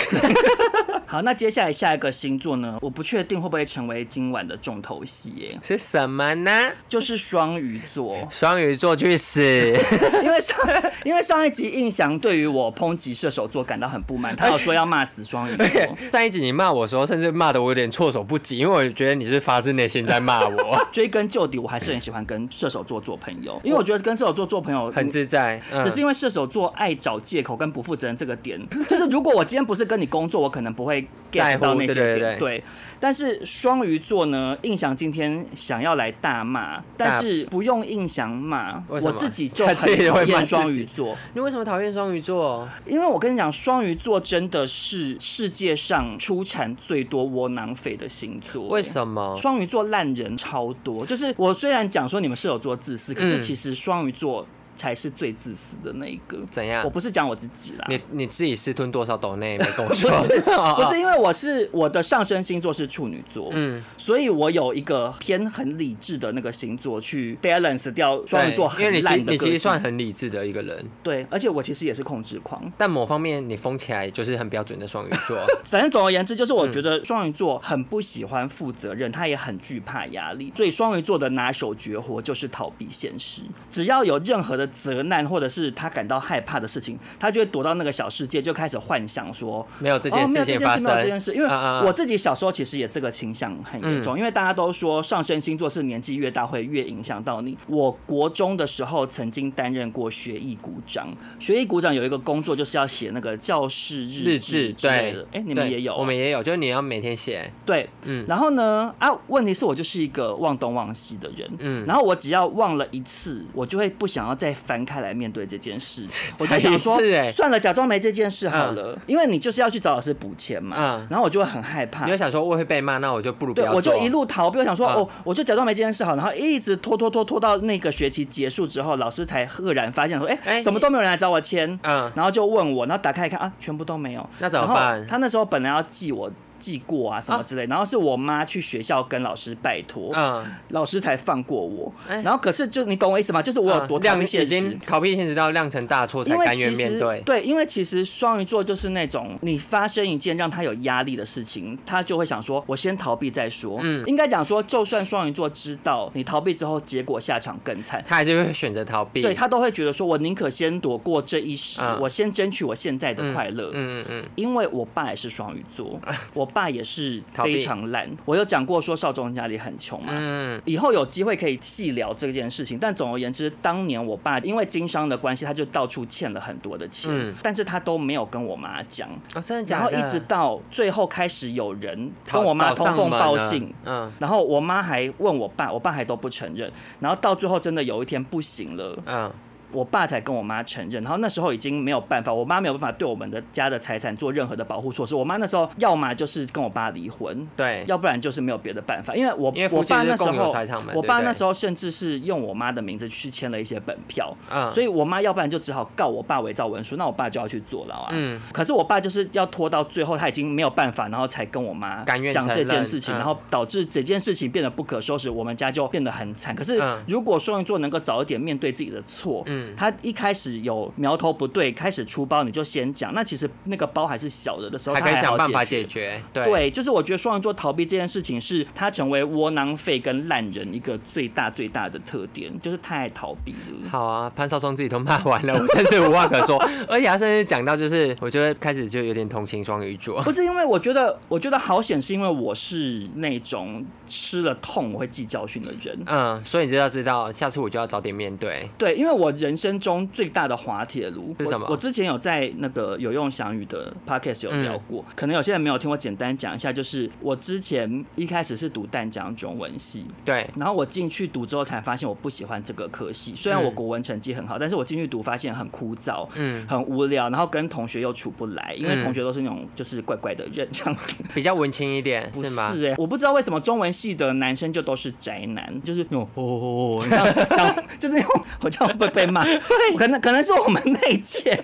C: 好，那接下来下一个星座呢？我不确定会不会成为今晚的重头戏耶，
D: 是什么呢？，
C: 就是双鱼座
D: 双鱼座去死！
C: 因为上因为上一集印象对于我抨击射手座感到很不满，他有说要骂死双 鱼座，，
D: 上一集你骂我的时候，甚至骂的我有点措手不及，因为我觉得你是发自内心在骂我
C: 追根究底，我还是很喜欢跟射手座做朋友，因为我觉得跟射手座做朋友
D: 很自在。嗯
C: 只是因为射手座爱找借口跟不负责任这个点， 就是如果我今天不是跟你工作，我可能不会 get
D: 在乎
C: 到那些
D: 对
C: 点。
D: 对对
C: 但是双鱼座呢，印象今天想要来大骂，但是不用印象骂，
D: 为什么
C: 我自己就
D: 他
C: 很
D: 自己
C: 讨
D: 会骂
C: 厌
D: 自己
C: 双鱼座，
D: 嗯你为什么讨厌双鱼座？
C: 因为我跟你讲，双鱼座真的是世界上出产最多窝囊废的星座。
D: 为什么？
C: 双鱼座烂人超多，就是我虽然讲说你们射手座自私，可是
D: 嗯
C: 其实双鱼座才是最自私的那一个。
D: 怎样
C: 我不是讲我自己啦，
D: 你你自己私吞多少斗内没跟我说？
C: 不 是因为我是我的上升星座是处女座，
D: 嗯，
C: 所以我有一个偏很理智的那个星座去 balance 掉双鱼座
D: 对因为你
C: 很
D: 其
C: 烂
D: 实
C: 的
D: 你
C: 个
D: 其
C: 性
D: 实算很理智的一个人，
C: 对，而且我其实也是控制狂。
D: 但某方面你疯起来就是很标准的双鱼 座。
C: 反正总而言之，就是我觉得双鱼座很不喜欢负责任，他也很惧怕压力，所以双鱼座的拿手绝活就是逃避现实。只要有任何的责难或者是他感到害怕的事情，他就会躲到那个小世界，就开始幻想说
D: 没有这件
C: 哦，没有
D: 事
C: 这
D: 情
C: 件
D: 发
C: 事，
D: 生
C: 没有这件事，因为
D: 啊啊啊
C: 我自己小时候其实也这个倾向很严重，因为大家都说上升星座是年纪越大会越影响到你。我国中的时候曾经担任过学艺股长，学艺股长有一个工作就是要写那个教室
D: 日
C: 志
D: 志
C: 之类的
D: 对，，
C: 哎，你们
D: 对
C: 也有啊，
D: 我们也有，就是你要每天写，
C: 对，嗯
D: 嗯，
C: 然后呢，啊，问题是我就是一个忘东忘西的人，
D: 嗯
C: 嗯，然后我只要忘了一次，我就会不想要再翻开来面对这 件事，我就
D: 才
C: 想
D: 一
C: 说
D: 次，欸
C: 算了，假装没这件事好了，因为你就是要去找老师补钱嘛，
D: 嗯
C: 然后我就会很害怕
D: 你就。想说我会被骂，那我就不如不
C: 啊对，
D: 要
C: 我就
D: 做
C: 一路逃避，我想说，
D: 嗯
C: 哦，我就假装没这件事好，然后一直拖拖拖拖到那个学期结束之后，老师才赫然发现说，哎、
D: 哎
C: 怎么都没有人来找我签？
D: 嗯
C: 然后就问我，然后打开一看啊，全部都没有，
D: 那怎么
C: 然后
D: 办
C: 他那时候本来要记我记过啊什么之类，然后是我妈去学校跟老师拜托，
D: 嗯，
C: 老师才放过我。
D: 哎
C: 然后可是就你懂我意思吗？就是我有多
D: 量
C: 讨
D: 嗯
C: 厌
D: 已
C: 现实
D: 经。逃避现实到酿成大错才
C: 因为
D: 甘
C: 其
D: 愿面
C: 实
D: 对。
C: 因为其实双鱼座就是那种你发生一件让他有压力的事情，他就会想说，我先逃避再说。嗯，应该讲说，就算双鱼座知道你逃避之后，结果下场更惨，
D: 他还是会选择逃避。
C: 对他都会觉得说，我宁可先躲过这一时，
D: 嗯
C: 我先争取我现在的快乐。
D: 嗯嗯嗯，
C: 因为我爸也是双鱼座，我爸也是
D: 逃避
C: 非常烂。我有讲过说少中家里很穷嘛，
D: 嗯
C: 以后有机会可以细聊这件事情。但总而言之，当年我爸因为经商的关系，他就到处欠了很多的钱，
D: 嗯
C: 但是他都没有跟我妈讲。
D: 哦，真的
C: 然
D: 假
C: 后
D: 的？
C: 一直到最后开始有人跟我妈
D: 找
C: 通
D: 上
C: 风
D: 门啊
C: 报
D: 了
C: 信，
D: 嗯，
C: 然后我妈还问我爸，我爸还都不承认。然后到最后真的有一天不行了，
D: 嗯，
C: 我爸才跟我妈承认，然后那时候已经没有办法，我妈没有办法对我们的家的财产做任何的保护措施。我妈那时候要么就是跟我爸离婚，
D: 对，
C: 要不然就是没有别的办法。因为我
D: 哎因为
C: 我
D: 夫妻
C: 爸
D: 是
C: 那时
D: 共有
C: 候
D: 财产嘛
C: 我爸
D: 对不对
C: 那时候甚至是用我妈的名字去签了一些本票，
D: 嗯
C: 所以我妈要不然就只好告我爸伪造文书，那我爸就要去坐牢啊。
D: 嗯
C: 可是我爸就是要拖到最后，他已经没有办法，然后才跟我妈
D: 甘愿
C: 讲
D: 承
C: 这件
D: 认
C: 事情，
D: 嗯
C: 然后导致这件事情变得不可收拾，我们家就变得很惨。可是
D: 嗯
C: 如果双鱼座能够早一点面对自己的错，
D: 嗯
C: 他一开始有苗头不对，开始出包，你就先讲，那其实那个包还是小的的时候，
D: 还
C: 他
D: 可以想
C: 好
D: 办法
C: 解
D: 解
C: 决。
D: 决。对，
C: 对，就是我觉得双鱼座逃避这件事情是他成为窝囊废跟烂人一个最大最大的特点，就是太爱逃避了。
D: 好啊，潘少忠自己都骂完了，我甚至无话可说，而且他甚至讲到就是，我就会开始就有点同情双鱼座。
C: 不是因为我觉得，我觉得好险，是因为我是那种吃了痛我会记教训的人。
D: 嗯，所以你就要知道，下次我就要早点面对。
C: 对，因为我人生中最大的滑铁卢
D: 是什么嗯
C: 我？我之前有在那个有用翔宇的 podcast 有聊过，可能有些人没有听，我简单讲一下，就是我之前一开始是读淡江中文系，
D: 对，
C: 然后我进去读之后才发现我不喜欢这个科系，虽然我
D: 嗯
C: 国文成绩很好，但是我进去读发现很枯燥。
D: 嗯，
C: 很无聊，然后跟同学又处不来，因为同学都是那种就是怪怪的人这样子。
D: 比较文青一点，
C: 不
D: 吗？
C: 是哎、我不知道为什么中文系的男生就都是宅男，就是那种哦 哦哦，你这样这样就是那种，我这样会被被骂，可能可能是我们那一届，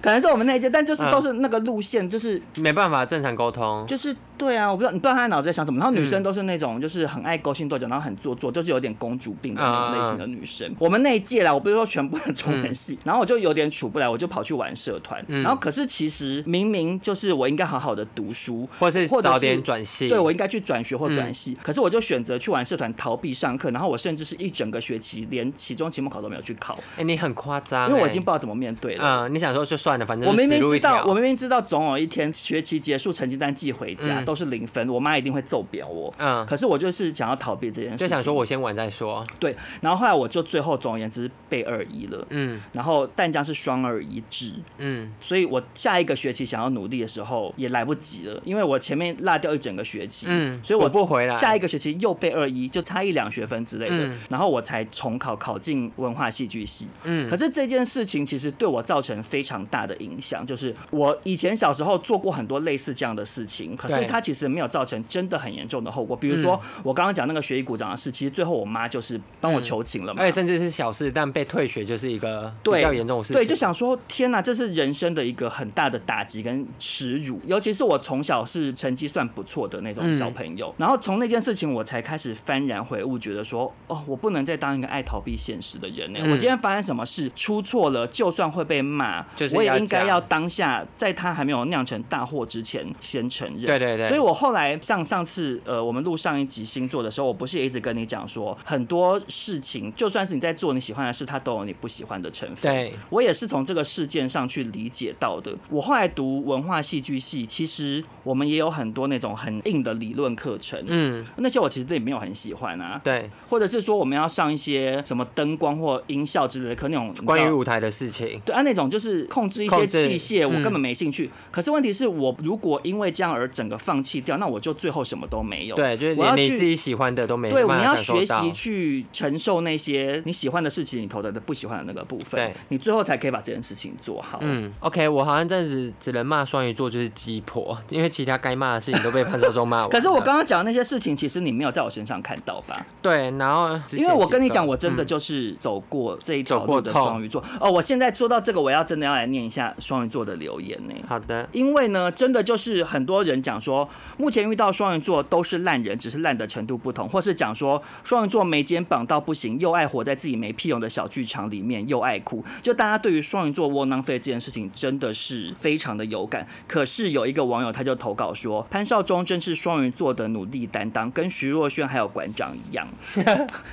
C: 可能是我们那一届，但就是都是那个路线，就是
D: 没办法正常沟通。
C: 就是对啊，我不知道你不知道他在脑子在想什么。然后女生都是那种就是很爱勾心斗角，然后很做作，就是有点公主病的那种类型的女生。我们那一届啦，我不是说全部的中文系，然后我就有点处不来，我就跑去玩社团。然后可是其实明明就是我应该好好的读书，
D: 或是
C: 或者
D: 早点转系
C: 对我应该去转学或转系。可是我就选择去玩社团，逃避上课。然后我甚至是一整个学期连期中、期末考都没有去考，
D: 哎、你很夸张、
C: 因为我
D: 哎
C: 已经不知道怎么面对了。
D: 嗯、你想说就算了，反正
C: 我
D: 就
C: 明
D: 死
C: 明
D: 路
C: 知
D: 一条
C: 道，我明明知道，总有一天学期结束，成绩单寄回家、
D: 嗯
C: 都是零分，我妈一定会揍扁我。
D: 嗯，
C: 可是我就是想要逃避这件事情，
D: 就想说我先玩再说。
C: 对，然后后来我就最后总而言之被二一了，
D: 嗯
C: 然后淡江是双二一制，
D: 嗯，
C: 所以我下一个学期想要努力的时候也来不及了，因为我前面落掉一整个学期，
D: 嗯
C: 所以我
D: 补不回来
C: 下一个学期又被二一，就差一两学分之类的，
D: 嗯
C: 然后我才重考考进文化戏剧系。
D: 嗯
C: 可是这件事情其实对我造成非常大的影响，就是我以前小时候做过很多类似这样的事情，可是
D: 对
C: 它其实没有造成真的很严重的后果，比如说
D: 嗯
C: 我刚刚讲那个学艺股长的事，其实最后我妈就是帮我求情了嘛，
D: 而且甚至是小事，但被退学就是一个比
C: 对，
D: 较严重的事情。
C: 对，就想说天哪，这是人生的一个很大的打击跟耻辱。尤其是我从小是成绩算不错的那
D: 嗯
C: 种小朋友，然后从那件事情我才开始幡然悔悟，觉得说哦，我不能再当一个爱逃避现实的人呢、
D: 嗯
C: 我今天发生什么事出错了，就算会被骂，
D: 就是
C: 我也
D: 要
C: 应该
D: 讲
C: 要当下在他还没有酿成大祸之前先承认。
D: 对对对
C: 所以我后来上上次呃，我们录上一集星座的时候，我不是也一直跟你讲说，很多事情就算是你在做你喜欢的事，它都有你不喜欢的成分。
D: 对
C: 我也是从这个事件上去理解到的。我后来读文化戏剧系，其实我们也有很多那种很硬的理论课程，
D: 嗯
C: 那些我其实也没有很喜欢啊。
D: 对，
C: 或者是说我们要上一些什么灯光或音效之类的课，那种你知道
D: 关于舞台的事情，
C: 对啊，那种就是控制一些
D: 控制
C: 器械，我
D: 嗯
C: 根本没兴趣。可是问题是我如果因为这样而整个放弃掉，那我就最后什么都没有。
D: 对，就是
C: 我要
D: 连你
C: 去
D: 自己喜欢的都没
C: 对，
D: 办
C: 我们
D: 法
C: 要
D: 感受
C: 学
D: 到
C: 习。去承受那些你喜欢的事情里头的不喜欢的那个部分
D: 对，
C: 你最后才可以把这件事情做好。
D: 嗯，OK，我好像这样子只能骂双鱼座就是鸡婆，因为其他该骂的事情都被潘少忠骂完了。
C: 可是我刚刚讲的那些事情，其实你没有在我身上看到吧？
D: 对，然后
C: 因为我跟你讲，
D: 我
C: 我真的就是走过这一条
D: 嗯走过
C: 路的
D: 痛
C: 双鱼座。哦，我现在说到这个，我要真的要来念一下双鱼座的留言呢、
D: 好 的，
C: 因为呢，真的就是很多人讲说，目前遇到双鱼座都是烂人，只是烂的程度不同，或是讲说双鱼座没肩膀到不行，又爱活在自己没屁用的小剧场里面，又爱哭。就大家对于双鱼座窝囊废这件事情真的是非常的有感。可是有一个网友他就投稿说，潘少忠真是双鱼座的努力担当，跟徐若瑄还有馆长一 样，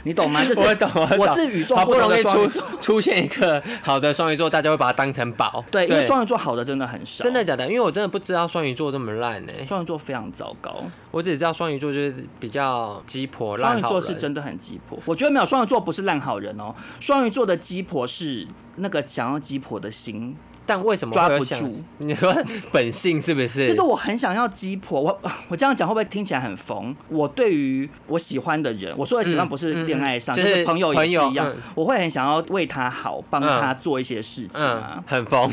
C: 你懂吗？就是
D: 我懂我懂
C: 是与众
D: 好
C: 不
D: 不容
C: 同的
D: 易
C: 双
D: 出
C: 鱼座。
D: 出现一个好的双鱼座，大家会把它当成宝。
C: 对，因为双鱼座好的真的很少，
D: 真的假的？因为我真的不知道双鱼座这么烂呢、
C: 双鱼座非常糟糕。
D: 我只知道双鱼座就是比较鸡婆
C: 双
D: 烂
C: 鱼
D: 好
C: 座
D: 人。
C: 是真的很鸡婆，我觉得没有双鱼座不是烂好人哦，双鱼座的鸡婆是那个想要鸡婆的心，
D: 但为什么
C: 抓
D: 会有
C: 不
D: 想
C: 住？
D: 你说 本性是不是？
C: 就是我很想要鸡婆，我 我这样讲会不会听起来很疯？我对于我喜欢的人，我说的喜欢
D: 嗯
C: 不是恋爱上，
D: 嗯嗯
C: 就是
D: 就是
C: 朋友也是一样
D: 朋友嗯，
C: 我会很想要为他好，帮他做一些事情啊
D: 嗯，。很 疯。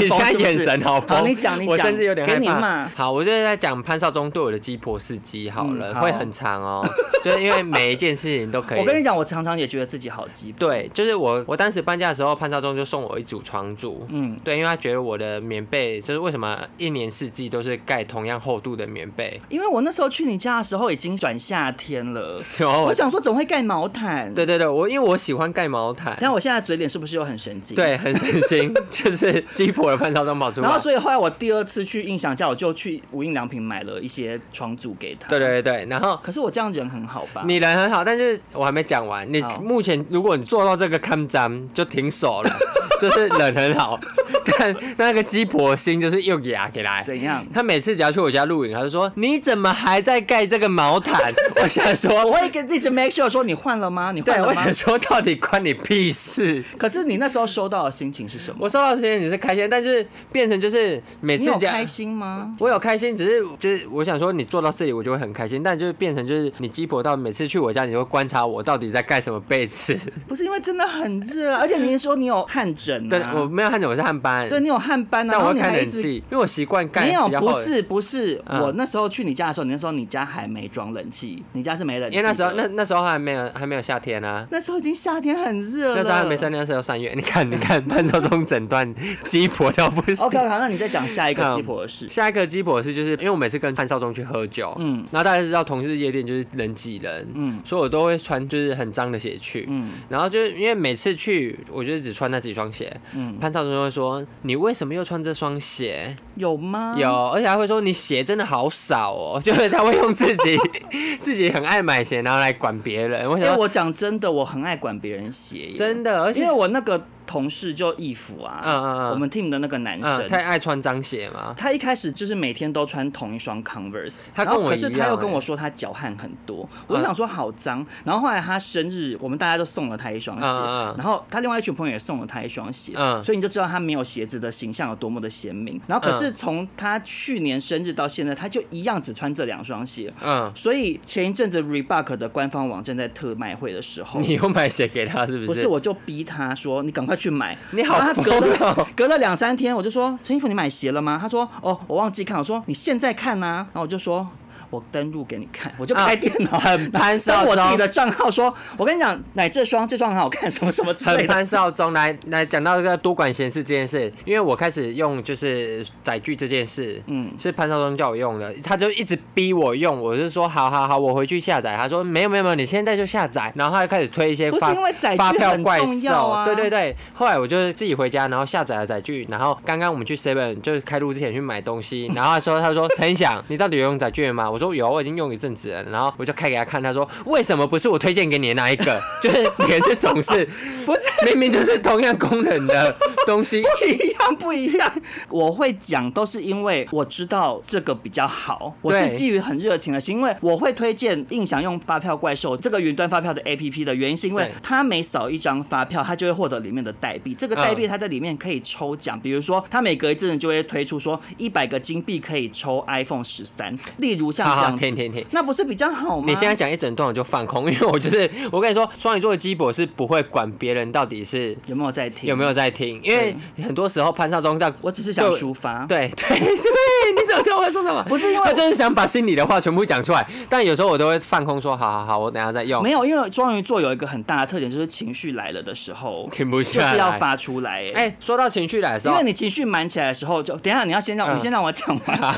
D: 你现在眼神好
C: 好
D: 疯，
C: 你讲你
D: 我
C: 讲
D: 甚至有点
C: 给
D: 害
C: 你
D: 怕
C: 骂。
D: 好，我就是在讲潘少忠对我的鸡婆事迹好了，
C: 嗯好
D: 会很长哦， 就是因为每一件事情都可以。
C: 我跟你讲，我常常也觉得自己好鸡婆。
D: 对，就是我，我当时搬家的时候，潘少忠就送我一组床褥。
C: 嗯，
D: 对，因为他觉得我的棉被就是为什么一年四季都是盖同样厚度的棉被，
C: 因为我那时候去你家的时候已经转夏天了，
D: 然后
C: 我
D: 我
C: 想说怎么会盖毛毯？
D: 哦对，对对，我因为我喜欢盖毛毯，
C: 但我现在嘴脸是不是又很神经？
D: 对，很神经， 就是鸡婆的潘少忠跑出来。
C: 然后所以后来我第二次去印象家，我就去无印良品买了一些床组给他。
D: 对。对对，然后
C: 可是我这样人很好吧？
D: 你人很好，但是我还没讲完。你
C: 好
D: 目前如果你做到这个看展就停手了， 就是人很好， 但那个鸡婆心就是又牙给来。
C: 怎样？
D: 他每次只要去我家录影，他就说：“你怎么还在盖这个毛毯？” 我想
C: 我
D: 说，
C: 会跟一直 make sure 说你换了吗？你换
D: 对，
C: 了
D: 我
C: 吗
D: 想？说，到底关你屁事？
C: 可是你那时候收到的心情是什么？
D: 我收到这些你是开心，但就是变成就是每
C: 你
D: 次
C: 有
D: 讲
C: 开。心吗？
D: 我有开心，只是就是我想说，你做到这里我就会很开心，但就是变成就是你鸡婆到每次去我家，你就会观察我到底在盖什么被子。
C: 不是因为真的很热啊，而且你是说你有汗疹、啊，
D: 对，我没有汗疹，我是汗班，
C: 对你有汗斑啊，
D: 但
C: 然
D: 我
C: 后
D: 要
C: 你
D: 看
C: 还一
D: 冷
C: 直
D: 气，因为我习惯盖
C: 没有，
D: 比较厚
C: 不
D: 的，
C: 是不是，
D: 嗯
C: 我那时候去你家的时候，你那时候你家还没装冷气，你家是没冷气
D: 因
C: 的，
D: 为那时候那那时候还没有还没有夏天啊。
C: 那时候已经夏天很热了，
D: 那时候还没三天，那时候三月。你看，你看， 潘少忠诊断鸡婆到不行。
C: OK，好，那你再讲下一个
D: 嗯
C: 鸡婆的事。
D: 下一个鸡婆是，就是因为我每次跟潘少忠去喝酒，
C: 嗯
D: 嗯，然后大家知道同事夜店就是人挤人，
C: 嗯
D: 嗯，所以我都会穿就是很脏的鞋去，
C: 嗯
D: 然后就是因为每次去，我就只穿那几双鞋，
C: 嗯，
D: 潘少忠就会说：“你为什么又穿这双鞋？”
C: 有吗？
D: 有，而且还会说：“你鞋真的好少哦。” 就是他会用自己 自己很爱买鞋，然后来管别人。我
C: 因
D: 想说
C: 为哎我讲真的，我很爱管别人鞋耶，
D: 真的，而
C: 因
D: 且
C: 为我那个同事就义父啊，
D: 嗯嗯嗯
C: 我们 team 的那个男
D: 嗯，
C: 生，
D: 太爱穿脏鞋嘛。
C: 他一开始就是每天都穿同一双 Converse，
D: 他
C: 然后
D: 跟我
C: 可是
D: 一
C: 他
D: 样
C: 又跟
D: 欸
C: 我说他脚汗很多，我就想说好脏。然后后来他生日，我们大家都送了他一双
D: 嗯
C: 鞋，
D: 嗯嗯
C: 然后他另外一群朋友也送了他一双鞋，
D: 嗯
C: 所以你就知道他没有鞋子的形象有多么的鲜明。然后可是
D: 嗯
C: 从他去年生日到现在，他就一样只穿这两双鞋。
D: 嗯，
C: 所以前一阵子 Reebok 的官方网站在特卖会的时候，
D: 你又买鞋给他是不是？
C: 不是，我就逼他说你赶快去买。
D: 你好
C: 然后他隔
D: 疯
C: 了
D: 哦
C: 隔了两三天，我就说陈一夫，你买鞋了吗？他说哦，我忘记看。我说你现在看呐、然后我就说。我登录给你看，我就
D: 啊
C: 开电脑，很
D: 潘
C: 登
D: 少
C: 我自己
D: 忠
C: 的账号说，我跟你讲，买这双，这双很好看，什么什么之类
D: 很
C: 的。
D: 潘少忠来来讲到这个多管闲事这件事，因为我开始用就是载具这件事，
C: 嗯
D: 嗯，是潘少忠叫我用的，他就一直逼我用，我就说好好好，我回去下载，他说没有没有没有，你现在就下载，然后他就开始推一些
C: 不是
D: 发
C: 因为载具
D: 发票
C: 很
D: 怪
C: 重要
D: 兽，
C: 啊
D: 对对对，后来我就自己回家，然后下载了载具，然后刚刚我们去 Seven 就是开录之前去买东 西，然后他说他说陈翔，你到底有用载具了吗？我说有，我已经用一阵子了，然后我就开给他看，他说为什么不是我推荐给你的那一个？就是也是总是。
C: 不是
D: 明明就是同样功能的东 西。
C: 一样不一样，我会讲都是因为我知道这个比较好，我是
D: 对
C: 基于很热情的心，因为我会推荐印象用发票怪兽这个云端发票的 APP 的原因，是因为
D: 对
C: 它每扫一张发票，它就会获得里面的代币，这个代币
D: 嗯
C: 它在里面可以抽奖，比如说它每隔一阵子就会推出说一百个金币可以抽 iPhone 十三，例如像
D: 好
C: 这
D: 好，
C: 样子，
D: 停停停。
C: 那不是比较好吗？
D: 你现在讲一整段我就放空，因为我就是我跟你说，双鱼座的鸡婆是不会管别人到底是
C: 有没有在听？
D: 有没有？在听，因为很多时候潘少忠在，
C: 我只是想抒发。
D: 对 对对，你怎么知道我在说什么？
C: 不是因为
D: 他就是想把心里的话全部讲出来，但有时候我都会放空说，好好好，我等一下再用
C: 没，有，因为双鱼座有一个很大的特点，就是情绪来了的时候，
D: 停不
C: 就
D: 下来。
C: 是要发出来、啊哎、
D: 哎、说到情绪来的时
C: 因
D: 候
C: 为，你情绪满起来的时候就，等一下你要先让、
D: 嗯
C: 你先让我讲 完，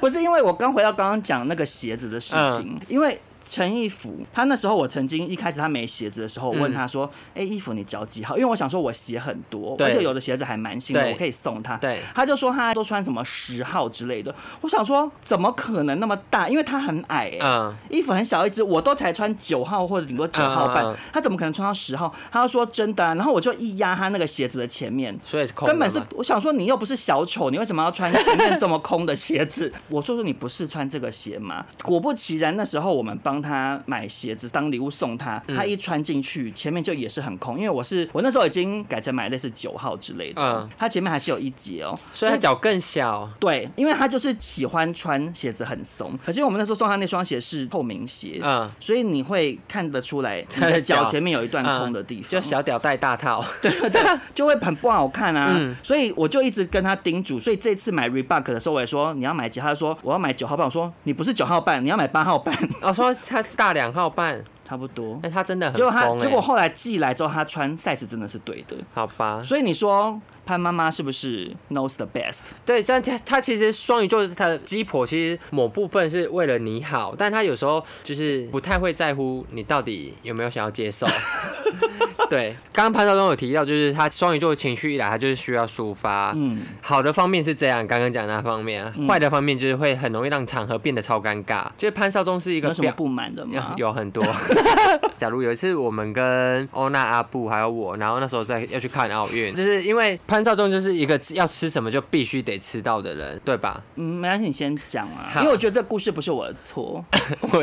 C: 不是因为我刚回到刚刚讲那个鞋子的事情，因为。陈义福，他那时候我曾经一开始他没鞋子的时候，我问他说：“哎、义福你脚几号？”因为我想说我鞋很多，
D: 对
C: 而且有的鞋子还蛮新的，
D: 对
C: 我可以送他。
D: 对
C: 他就说他都穿什么十号之类的。我想说怎么可能那么大？因为他很矮、哎。
D: 嗯，
C: 衣服很小一只，我都才穿九号或者顶多九号半，
D: 嗯嗯嗯
C: 他怎么可能穿到十号？他就说真的、啊，然后我就一压他那个鞋子的前面。
D: 所以是空的
C: 根
D: 嘛
C: 本是，我想说你又不是小丑，你为什么要穿前面这么空的鞋子？ 我说说你不是穿这个鞋吗？果不其然，那时候我们帮他买鞋子当礼物送他，他一穿进去，前面就也是很空，因为我是我那时候已经改成买类似九号之类的，
D: 嗯
C: 他前面还是有一节哦、
D: 所以他脚更小，
C: 对，因为他就是喜欢穿鞋子很松，可是我们那时候送他那双鞋是透明鞋，
D: 嗯
C: 所以你会看得 出来你
D: 他
C: 的
D: 的
C: 脚
D: 脚
C: 前面有一段空的地
D: 嗯
C: 方，
D: 就小屌带大套。
C: 就会很不好看啊。
D: 嗯
C: 所以我就一直跟他叮嘱，所以这次买 Reebok 的时候，我也说你要买几号，他说我要买九号半，我说你不是九号半，你要买八号半，
D: 我哦说他大两号半，
C: 差不多
D: 哎、。他真的很
C: 结果他
D: 疯哎
C: 结果后来寄来之后，他穿 size 真的是对的，
D: 好吧，
C: 所以你说潘妈妈是不是 knows the best？
D: 对，但他他其实双鱼座他的鸡婆，其实某部分是为了你好，但他有时候就是不太会在乎你到底有没有想要接 受。对，刚刚潘少忠有提到，就是他双鱼座情绪一来，他就是需要抒发。
C: 嗯，
D: 好的方面是这样，刚刚讲的那方面啊，坏的方面就是会很容易让场合变得超尴尬。就是潘少忠是一个
C: 有什么
D: 表
C: 不满的
D: 有
C: 吗？
D: 有很多。假如有一次我们跟欧娜、阿布还有我，然后那时候在要去看奥运，就是因为潘少忠就是一个要吃什么就必须得吃到的人，对吧？
C: 嗯，没关系，你先讲啊，
D: 好
C: 因为我觉得这故事不是我的错。
D: 我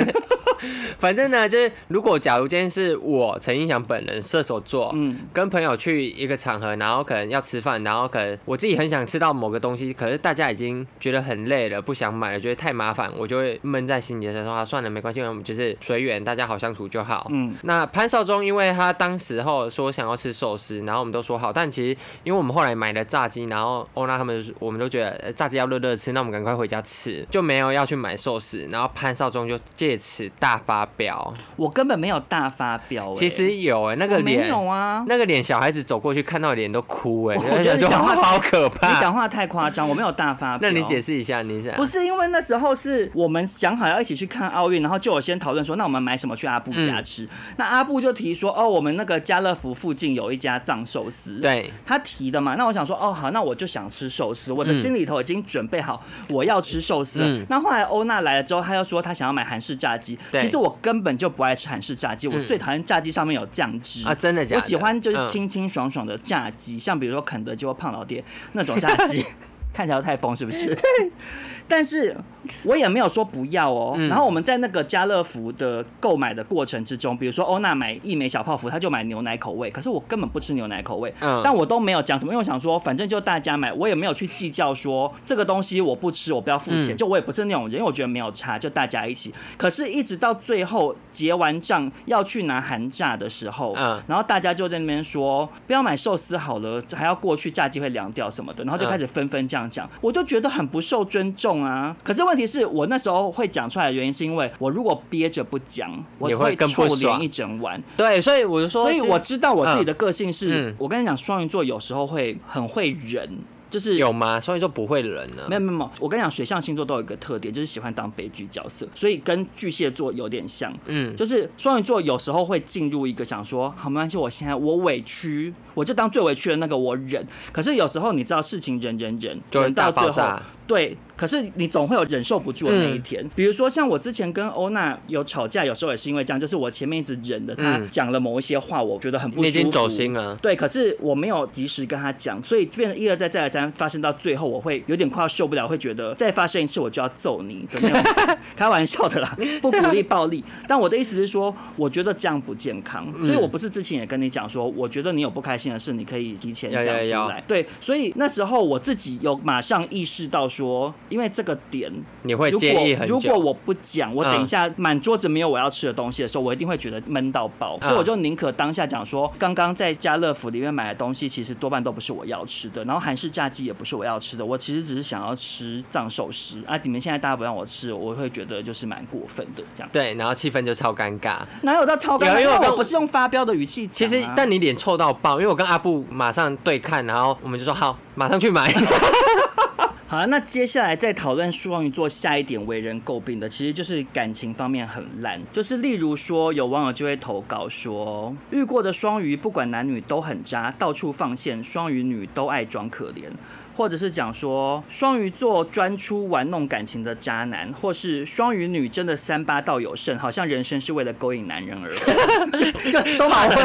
D: 反正呢，就是如果假如今天是我陈映祥本人射手座，
C: 嗯
D: 跟朋友去一个场合，然后可能要吃饭，然后可能我自己很想吃到某个东西，可是大家已经觉得很累了，不想买了，觉得太麻烦，我就会闷在心里说啊，算了，没关系，我们就是随缘，大家好相处就好。
C: 嗯
D: 嗯，那潘少忠因为他当时候说想要吃寿司，然后我们都说好，但其实因为我们后来来买了炸鸡，然后欧娜他们我们都觉得呃炸鸡要热热吃，那我们赶快回家吃，就没有要去买寿司。然后潘少忠就借此大发飙，
C: 我根本没有大发飙、欸，
D: 其实有哎、那个
C: 我
D: 脸
C: 没，有啊。
D: 那个脸小孩子走过去看到脸都哭哎、
C: 我
D: 欸，
C: 觉得
D: 就想说
C: 你讲话
D: 哇 好可
C: 你
D: 怕。
C: 讲话太夸张，我没有大发飙。
D: 那你解释一啊下，你想
C: 不是因为那时候是我们想好要一起去看奥运，然后就有先讨论说，那我们买什么去阿布家吃？
D: 嗯
C: 那阿布就提说，哦，我们那个家乐福附近有一家藏寿司。。
D: 对
C: 他提的嘛，那我想说，哦，好，那我就想吃寿司，我的心里头已经准备好我要吃寿司了。
D: 嗯
C: 那后来欧娜来了之后，她又说她想要买韩式炸鸡，
D: 对嗯
C: 其实我根本就不爱吃韩式炸鸡，我最讨厌炸鸡上面有酱汁
D: 啊，真的假的？
C: 我喜欢就是
D: 嗯
C: 清清爽爽的炸鸡，像比如说肯德基或胖老爹 那种炸鸡，看起来都太疯是不是？但是我也没有说不要哦。
D: 嗯
C: 然后我们在那个家乐福的购买的过程之中，比如说欧娜买一枚小泡芙，她就买牛奶口味，可是我根本不吃牛奶口味，
D: 嗯
C: 但我都没有讲什么，因为我想说反正就大家买，我也没有去计较说这个东西我不吃，我不要付钱，
D: 嗯
C: 就我也不是那种人，因为我觉得没有差，就大家一起。可是，一直到最后结完账要去拿韩炸的时候，
D: 嗯
C: 然后大家就在那边说不要买寿司好了，还要过去炸鸡会凉掉什么的，然后就
D: 嗯
C: 开始纷纷这样讲，我就觉得很不受尊重啊。可是问题是我那时候会讲出来的原因，是因为我如果憋着不讲，我
D: 你会更不
C: 臭
D: 爽
C: 脸一整晚。
D: 对，所以我就说，
C: 所以
D: 就
C: 我知道我自己的个性是，
D: 嗯
C: 我跟你讲，双鱼座有时候会很会忍，就是
D: 有吗？所以说不会啊忍呢
C: 没。有没有没有，我跟你讲，水象星座都有一个特点，就是喜欢当悲剧角色，所以跟巨蟹座有点像。
D: 嗯，
C: 就是双鱼座有时候会进入一个想说，好没关系，我现在我委屈，我就当最委屈的那个我忍。可是有时候你知道事情忍忍忍，
D: 就会
C: 忍到
D: 大
C: 最
D: 爆
C: 后
D: 炸，
C: 对，可是你总会有忍受不住的那一
D: 嗯
C: 天。比如说像我之前跟欧娜有吵架，有时候也是因为这样，就是我前面一直忍的，她
D: 嗯
C: 讲了某一些话，我觉得很不舒服，
D: 你已经走心了
C: 对，可是我没有及时跟他讲，所以变成一而再再而三发生到最后，我会有点快要受不了，会觉得再发生一次我就要揍你的那种。开玩笑的啦，不鼓励暴力。但我的意思是说，我觉得这样不健康，所以我不是之前也跟你讲说，我觉得你有不开心的事，你可以提前讲
D: 有
C: 出来。
D: 有有
C: 对，所以那时候我自己有马上意识到说，因为这个点
D: 你会
C: 如果
D: 介意很久。嗯
C: 如果我不讲，我等一下满桌子没有我要吃的东西的时候，我一定会觉得闷到
D: 嗯
C: 爆，所以我就宁可当下讲说，刚刚在家乐福里面买的东西，其实多半都不是我要吃的，然后韩式炸鸡也不是我要吃的，我其实只是想要吃藏寿司啊。你们现在大家不让我吃，我会觉得就是蛮过分的这样。
D: 对，然后气氛就超尴尬。
C: 哪有到超纲？
D: 有因为我
C: 因为
D: 刚
C: 我不是用发飙的语气讲啊、
D: 其实，但你脸臭到爆，因为我跟阿布马上对看，然后我们就说好，马上去买。
C: 好，那接下来再讨论双鱼座下一点为人诟病的，其实就是感情方面很烂，就是例如说，有网友就会投稿说，遇过的双鱼不管男女都很渣，到处放线，双鱼女都爱装可怜。或者是讲说双鱼座专出玩弄感情的渣男，或是双鱼女真的三八到有剩，好像人生是为了勾引男人而活，就 都
D: 好
C: 骂得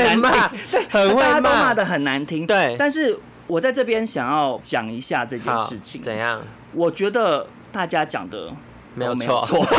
C: 很
D: 会骂对，
C: 难听，
D: 很
C: 大
D: 会
C: 家都骂
D: 骂。
C: 的很难听。
D: 对
C: 但是我在这边想要讲一下这件
D: 好
C: 事情，
D: 怎样？
C: 我觉得大家讲的
D: 没有
C: 都
D: 错，
C: 错。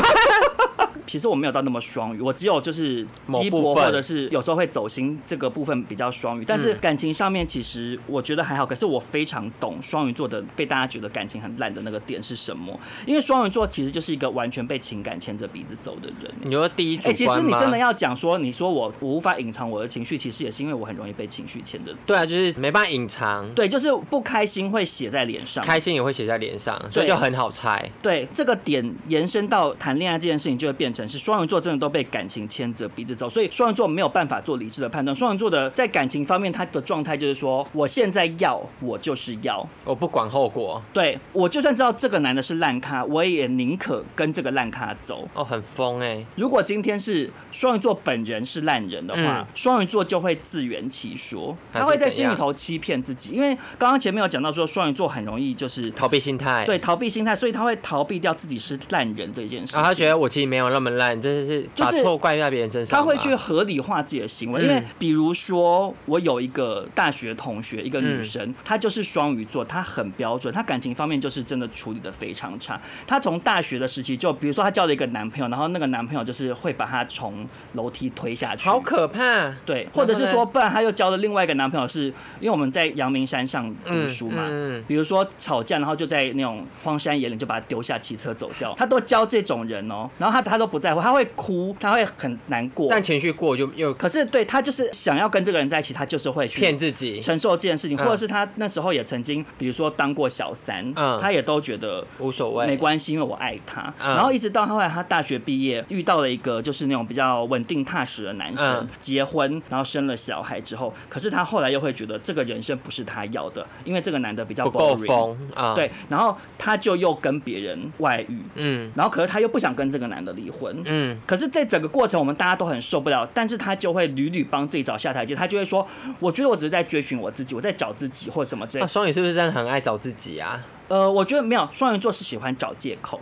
C: 其实我没有到那么双语，我只有就是
D: 某
C: 鸡
D: 部
C: 婆
D: 分
C: 或者是有时候会走心这个部分比较双语，但是
D: 嗯
C: 感情上面其实我觉得还好。可是我非常懂双鱼座的被大家觉得感情很烂的那个点是什么，因为双鱼座其实就是一个完全被情感牵着鼻子走的人。
D: 你说第一主观吗？
C: 哎、其实你真的要讲说，你说我我无法隐藏我的情绪，其实也是因为我很容易被情绪牵着走。
D: 对啊，就是没办法隐藏，
C: 对，就是不开心会写在脸上，
D: 开心也会写在脸上，所以
C: 对
D: 就很好猜。
C: 对这个点延伸到谈恋爱这件事情，就会变成是双鱼座真的都被感情牵着鼻子走，所以双鱼座没有办法做理智的判断。双鱼座的在感情方面，他的状态就是说，我现在要，我就是要，
D: 我不管后果，
C: 对我就算知道这个男的是烂咖，我也宁可跟这个烂咖走。
D: 哦，很疯哎，
C: 如果今天是双鱼座本人是烂人的话
D: 嗯，
C: 双、鱼座就会自圆其说，
D: 还
C: 他
D: 是
C: 会在
D: 怎
C: 心里
D: 样
C: 头欺骗自己，因为刚刚前面有讲到说双鱼座很容易就是
D: 逃避心态。
C: 对，逃避心态，所以他会逃避掉自己是烂人这件事情。
D: 然啊后他觉得我其实没有那么烂，真的是
C: 就
D: 把
C: 是
D: 错怪在别人身上
C: 他
D: 吧。
C: 会去合理化自己的行为，因为
D: 嗯
C: 比如说，我有一个大学同学，一个女
D: 嗯
C: 生，她就是双鱼座，她很标准，她感情方面就是真的处理的非常差。她从大学的时期就，比如说她交了一个男朋友，然后那个男朋友就是会把她从楼梯推下去，
D: 好可怕。
C: 对，
D: 后
C: 或者是
D: 嘞
C: 说，不然她又交了另外一个男朋友是，因为我们在阳明山上读书嘛，
D: 嗯嗯嗯
C: 比如说吵架，然后就在那种荒山野岭就把他丢下，骑车走掉。她都交这种人哦，然后她她都不在乎，他会哭，他会很难过。
D: 但情绪过就又
C: 可是对他就是想要跟这个人在一起，他就是会去
D: 骗自己，
C: 承受这件事情，
D: 嗯
C: 或者是他那时候也曾经，比如说当过小三，
D: 嗯
C: 他也都觉得
D: 无所
C: 没
D: 谓。
C: 关系，因为我爱他。
D: 嗯
C: 然后一直到后来他大学毕业，遇到了一个就是那种比较稳定踏实的男生，
D: 嗯
C: 结婚，然后生了小孩之后，可是他后来又会觉得这个人生不是他要的，因为这个男的比较
D: 不够
C: boring
D: 疯啊！，
C: 对，然后他就又跟别人外遇，
D: 嗯
C: 然后可是他又不想跟这个男的离婚，
D: 嗯，
C: 可是这整个过程我们大家都很受不了，但是他就会屡屡帮自己找下台阶，他就会说，我觉得我只是在追寻我自己，我在找自己或什么之类
D: 那。双鱼是不是真的很爱找自己啊？
C: 呃，我觉得没有，双鱼座是喜欢找借口，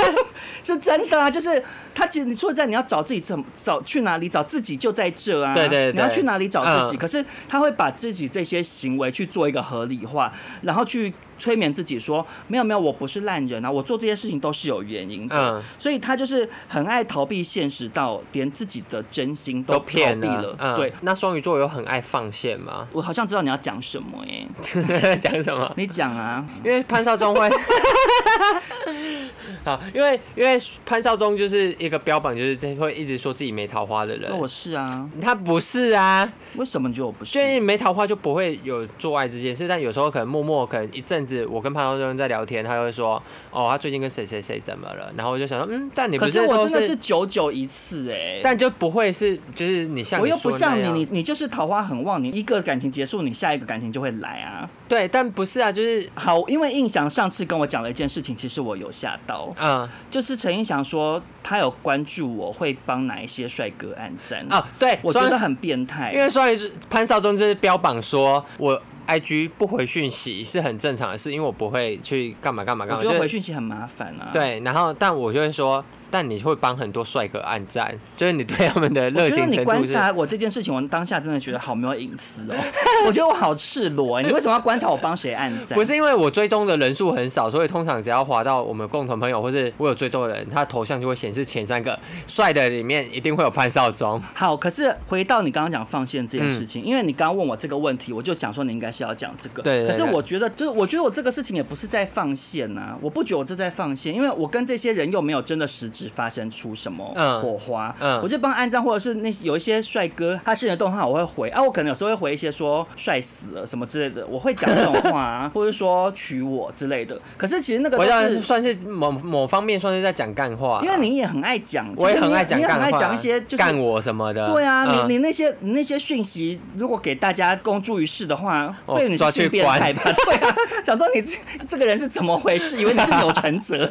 C: 是真的啊，就是他其实你说实在，你要找自己怎么找去哪里找自己就在这啊，
D: 对对对
C: 你要去哪里找自己？
D: 嗯
C: 可是他会把自己这些行为去做一个合理化，然后去。催眠自己说没有没有，我不是烂人啊，我做这些事情都是有原因的，
D: 嗯
C: 所以他就是很爱逃避现实，到连自己的真心
D: 都
C: 逃
D: 骗
C: 避了。
D: 嗯，
C: 对，？
D: 那双鱼座有很爱放线吗
C: 我好像知道你要讲什么耶、
D: 讲什么？
C: 你讲啊，
D: 因为潘少 忠会，好，因为因为潘少忠就是一个标榜，就是这会一直说自己没桃花的人
C: 那。我是啊，
D: 他不是啊，
C: 为什么你觉得我不是
D: 就？是没桃花就不会有做爱这件事，但有时候可能默默，可能一阵子，我跟潘少忠在聊天，他就会说，哦，他最近跟谁谁谁怎么了，然后我就想说，嗯，但你不
C: 可是我
D: 都
C: 真的是久久一次哎、
D: 但就不会是，就是你像
C: 我又
D: 说
C: 不像
D: 那
C: 你，
D: 样
C: 你你就是桃花很旺，你一个感情结束，你下一个感情就会来啊。
D: 对，但不是啊，就是
C: 好，因为印象上次跟我讲了一件事情，其实我有吓到，
D: 嗯
C: 就是陈印翔说他有关注我会帮哪一些帅哥按赞
D: 啊，对，
C: 我觉
D: 双
C: 得很变态，
D: 因为双鱼座潘少忠就是标榜说我 IG 不回讯息是很正常的事，因为我不会去干嘛干嘛干嘛，
C: 我
D: 就
C: 觉得
D: 是
C: 回讯息很麻烦啊。。
D: 对，然后但我就会说，但你会帮很多帅哥暗赞，就是你对他们的热
C: 我觉得
D: 情
C: 你
D: 程
C: 观
D: 度是。
C: 察我这件事情，我当下真的觉得好没有隐私 哦。我觉得我好赤裸、欸，你为什么要观察我帮谁按赞？
D: 不是因为我追踪的人数很少，所以通常只要滑到我们共同朋友或是我有追踪的人，他的头像就会显示前三个帅的里面一定会有潘少忠。
C: 好，可是回到你刚刚讲放线这件事情，因为你刚刚问我这个问题，我就想说你应该是要讲这个。
D: 嗯对对对
C: 可是我觉得，就是我觉得我这个事情也不是在放线呐、我不觉得我这在放线，因为我跟这些人又没有真的实质发生出什么
D: 嗯
C: 火花。
D: 嗯
C: 我就帮他按赞，或者是那些有一些帅哥他是人动画，我会回啊，我可能有时候会回一些说帅死了什么之类的，我会讲这种 话、啊，或者说娶我之类的。可是其实那个
D: 我
C: 都
D: 当
C: 是
D: 然。算是某某方面算是在讲干话，
C: 因为你也很爱讲，
D: 我也
C: 其实
D: 很
C: 你
D: 爱讲
C: 你也很
D: 干
C: 爱
D: 话，
C: 讲一些就是
D: 干我什么的。
C: 对啊，
D: 嗯
C: 你你那些你那些讯息，如果给大家公诸于世的话，
D: 哦
C: 被你是
D: 抓去
C: 性变
D: 关，
C: 态吧？对啊，想说你这这个人是怎么回事？以为你是钮承泽，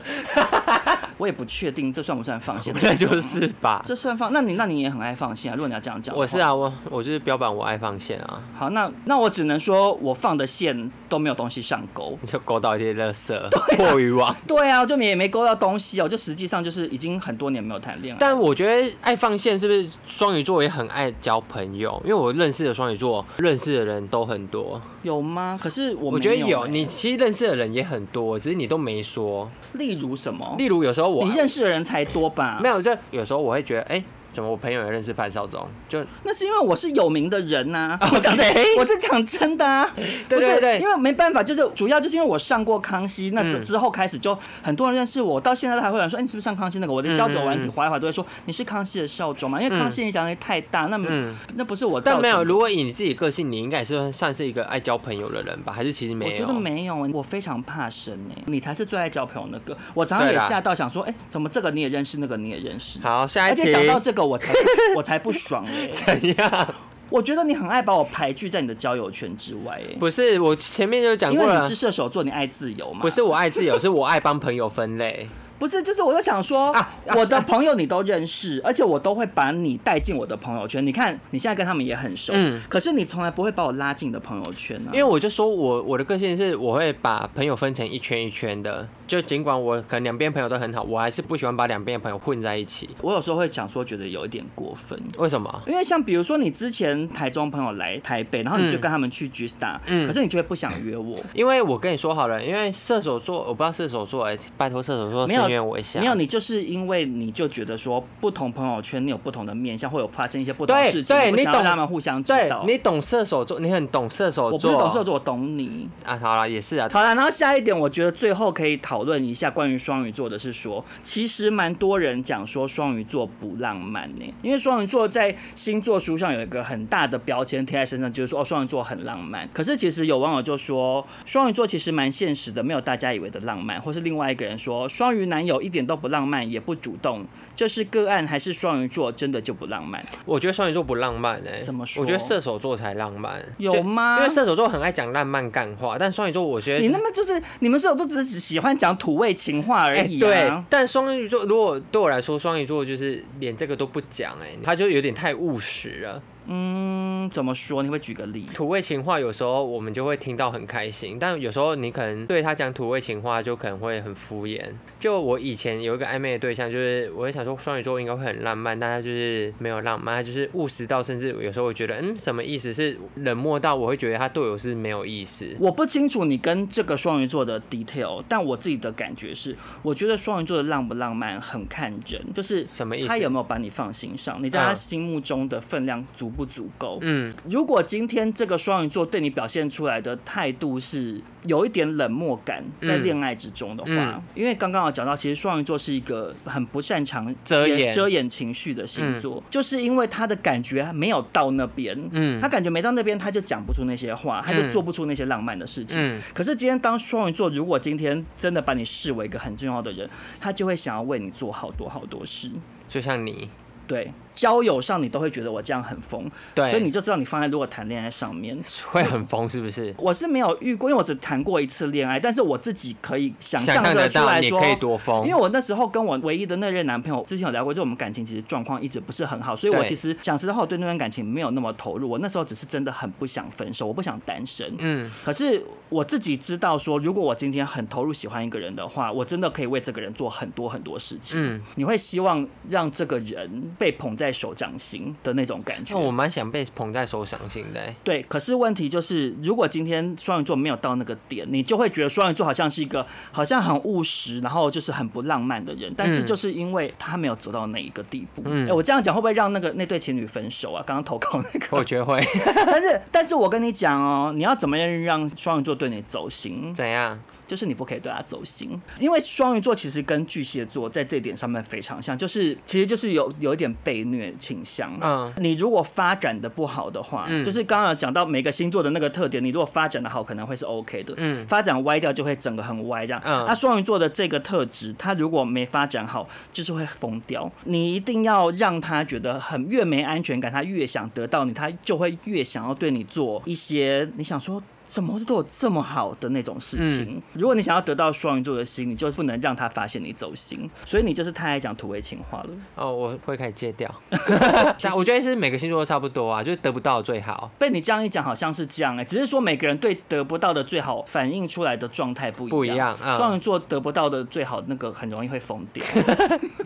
C: 我也不确定这算不算 放线
D: 那就是吧。
C: 这算放？那你那你也很爱放线啊？如果你要这样讲，
D: 我是。啊，我我 就是标榜我爱放线啊，
C: 好，那那我只能说我放的线都没有东西上钩。
D: 就勾到一些垃圾、破渔网。
C: 对啊，我就也没勾到东西哦，就实际上就是已经很多年没有谈恋爱。
D: 但我觉得爱放线是不是双鱼座也很爱交朋友？因为我认识的双鱼座认识的人都很多，
C: 有吗？可是我
D: 我
C: 没
D: 觉得
C: 有
D: 有
C: 欸
D: 你其实认识的人也很多，只是你都没说。
C: 例如什么？
D: 例如有时候我啊
C: 你认识的人才多吧？
D: 没有，就有时候我会觉得，哎、怎么我朋友也认识潘少忠？就
C: 那是因为我是有名的人呐、
D: OK
C: 我讲的， 我是讲真的啊。
D: 哦 对对
C: 不是
D: 对
C: 因为没办法，就是主要就是因为我上过康熙，那时
D: 嗯
C: 之后开始就很多人认识我，到现在都还会有人说，哎、你是不是上康熙那个？我的交友软体
D: 嗯嗯
C: 划一划都会说你是康熙的少主嘛，因为
D: 嗯
C: 康熙影响力太大，那、
D: 嗯
C: 那不是我造
D: 但
C: 成的。
D: 没有，如果以你自己个性，你应该也是算是一个爱交朋友的人吧？还是其实没
C: 我
D: 有？
C: 觉得没有，我非常怕生哎、你才是最爱交朋友那个。我常常也
D: 对啦
C: 吓到，想说，哎、怎么这个你也认识，那个你也认识？
D: 好，下
C: 而
D: 一题
C: 且讲到这个，我 才不我才不爽哎、
D: 怎样？
C: 我觉得你很爱把我排拒在你的交友圈之外哎、
D: 不是，我前面就讲
C: 因
D: 过
C: 为你
D: 了
C: 是。射啊手座，你爱自由嘛？
D: 不是我爱自由，是我爱帮朋友分类。
C: 不是，就是我就想说，
D: 啊啊
C: 我的朋友你都认识，而且我都会把你带进我的朋友圈。你看你现在跟他们也很熟，
D: 嗯
C: 可是你从来不会把我拉进你的朋友圈呢、
D: 因为我就说我我的个性是，我会把朋友分成一圈一圈的。就尽管我可能两边朋友都很好，我还是不喜欢把两边的朋友混在一起。
C: 我有时候会想说，觉得有一点过分。
D: 为什么？
C: 因为像比如说你之前台中朋友来台北，然后你就
D: 嗯
C: 跟他们去 G Star，、
D: 嗯
C: 可是你就会不想约我，
D: 因为我跟你说好了，因为射手座，我不知道射手座、哎，拜托射手座
C: 没
D: 声援
C: 有
D: 我一下。
C: 没有，你就是因为你就觉得说不同朋友圈你有不同的面相，会有发生一些不同的
D: 对
C: 事情，
D: 对
C: 不
D: 你
C: 想让
D: 懂
C: 他们互相知
D: 对
C: 道。
D: 你懂射手座，你很懂射手
C: 我不
D: 座。
C: 是懂射手座，我懂你。
D: 啊，好了，也是啊。
C: 好了，然后下一点，我觉得最后可以讨讨论一下关于双鱼座的是说，其实蛮多人讲说双鱼座不浪漫呢、因为双鱼座在星座书上有一个很大的标签贴在身上，就是说哦，双鱼座很浪漫。可是其实有网友就说，双鱼座其实蛮现实的，没有大家以为的浪漫，或是另外一个人说，双鱼男友一点都不浪漫，也不主动，这是个案还是双鱼座真的就不浪漫？
D: 我觉得双鱼座不浪漫哎、
C: 怎么说
D: 我觉得射手座才浪漫，
C: 有
D: 就
C: 吗
D: 因为射手座很爱讲浪漫干话，但双鱼座我觉得
C: 你那么就是你们射手座只是喜欢讲土味情话而
D: 哎、
C: 已、啊
D: 对，但双鱼座如果对我来说，双鱼座就是连这个都不讲，哎，他就有点太务实了。
C: 嗯，怎么说？你会举个例？
D: 土味情话有时候我们就会听到很开心，但有时候你可能对他讲土味情话，就可能会很敷衍。就我以前有一个暧昧的对象，就是我会想说双鱼座应该会很浪漫，但他就是没有浪漫，他就是务实到甚至有时候我觉得，嗯，什么意思？是冷漠到我会觉得他对我是没有意思。
C: 我不清楚你跟这个双鱼座的 detail，但我自己的感觉是，我觉得双鱼座的浪不浪漫很看人，就是
D: 什么意思
C: 他有没有把你放心上，你在他
D: 嗯
C: 心目中的分量足不足够？
D: 嗯，
C: 如果今天这个双鱼座对你表现出来的态度是有一点冷漠感，在
D: 嗯
C: 恋爱之中的话，
D: 嗯
C: 因为刚刚有讲到，其实双鱼座是一个很不擅长
D: 遮
C: 掩
D: 掩
C: 遮掩情绪的星座，就是因为他的感觉没有到那边，
D: 嗯
C: 他感觉没到那边，他就讲不出那些话，他就做不出那些浪漫的事情。
D: 嗯
C: 可是今天当双鱼座如果今天真的把你视为一个很重要的人，他就会想要为你做好多好多事。
D: 就像你，
C: 对，交友上你都会觉得我这样很疯，
D: 对，
C: 所以你就知道你放在如果谈恋爱上面。
D: 会很疯，是不是？
C: 我是没有遇过，因为我只谈过一次恋爱，但是我自己可以想象
D: 想象
C: 得
D: 得
C: 出
D: 到
C: 来
D: 你
C: 说，
D: 可以多疯，
C: 因为我那时候跟我唯一的那任男朋友之前有聊过，就我们感情其实状况一直不是很好，所以我
D: 对
C: 其实讲实在话，我对那段感情没有那么投入。我那时候只是真的很不想分手，我不想单身。
D: 嗯，
C: 可是我自己知道说，如果我今天很投入喜欢一个人的话，我真的可以为这个人做很多很多事情。
D: 嗯，
C: 你会希望让这个人被捧在手掌心的那种感觉。
D: 那我蛮想被捧在手掌心的、欸。
C: 对，可是问题就是，如果今天双鱼座没有到那个点，你就会觉得双鱼座好像是一个好像很务实，然后就是很不浪漫的人。但是
D: 嗯
C: 就是因为他没有走到那一个地步，哎、
D: 嗯
C: 我这样讲会不会让那个那对情侣分手啊？刚刚投稿那个，
D: 我觉得会
C: 但是但是我跟你讲哦，你要怎么样让双鱼座对你走心，
D: 怎样？
C: 就是你不可以对他走心，因为双鱼座其实跟巨蟹座在这一点上面非常像，就是其实就是有有一点被虐倾向，
D: 嗯，
C: 你如果发展的不好的话，
D: 嗯
C: 就是刚刚有讲到每个星座的那个特点，你如果发展的好，可能会是 OK 的。
D: 嗯
C: 发展歪掉就会整个很歪这样。
D: 嗯
C: 那双鱼座的这个特质，他如果没发展好，就是会疯掉。你一定要让他觉得很越没安全感，他越想得到你，他就会越想要对你做一些你想说。怎么对我这么好的那种事情？如果你想要得到双鱼座的心，你就不能让他发现你走心，所以你就是太爱讲土味情话了。
D: 哦，我会开始戒 掉。但我觉得是每个星座都差不多啊，就是得不到最好。
C: 被你这样一讲，好像是这样哎、只是说每个人对得不到的最好反映出来的状态不一
D: 不一样嗯
C: 双鱼座得不到的最好那个很容易会疯掉，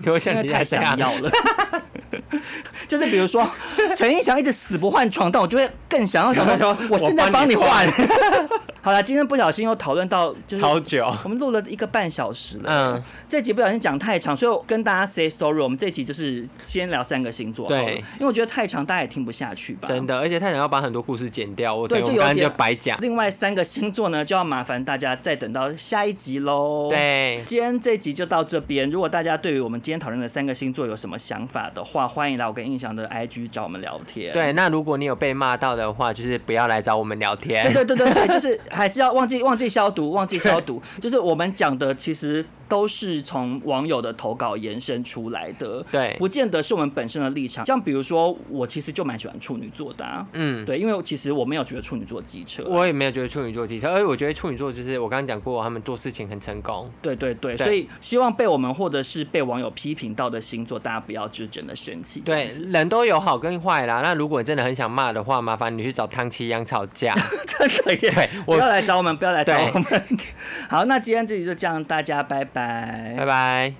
D: 我
C: 因
D: 想
C: 为
D: 你
C: 太
D: 在这
C: 想
D: 样，
C: 要了。 就是比如说，陈意翔一直死不换床单，我就会更想要想
D: 然
C: 说
D: 后说，
C: 我现在
D: 我
C: 帮
D: 帮
C: 你
D: 你
C: 换。 好了，今天不小心又讨论到就是
D: 超久。
C: 我们录了一个半小时 了，
D: 嗯，
C: 这集不小心讲太长，所以我跟大家 say sorry。我们这集就是先聊三个星座好了，
D: 对
C: 因为我觉得太长大家也听不下去吧。
D: 真的，而且他想要把很多故事剪掉，我
C: 对
D: 对我
C: 就
D: 们刚
C: 有
D: 刚
C: 点
D: 就白讲。
C: 另外三个星座呢，就要麻烦大家再等到下一集喽。。
D: 对，
C: 今天这集就到这边。如果大家对于我们今天讨论的三个星座有什么想法的话，欢迎来我跟印象的 IG 找我们聊天。
D: 对，那如果你有被骂到的话，就是不要来找我们聊天。
C: 对对对 对，就是还是要忘记忘记消毒，忘记消毒。就是我们讲的其实都是从网友的投稿延伸出来的，
D: 对
C: 不见得是我们本身的立场。像比如说，我其实就蛮喜欢处女座的、啊，
D: 嗯，
C: 对，因为其实我没有觉得处女座机车，啊
D: 我也没有觉得处女座机车，而且我觉得处女座就是我刚刚讲过，他们做事情很成功。
C: 对对对，
D: 对
C: 所以希望被我们或者是被网友批评到的星座，大家不要就真的生气。
D: 对，人都有好跟坏啦。那如果你真的很想骂的话，麻烦你去找汤奇阳吵 架。
C: 真的耶，
D: 对我
C: 不要来找我们，不要来找
D: 对
C: 我们。好，那今天这集就这样，大家拜拜，
D: 拜拜。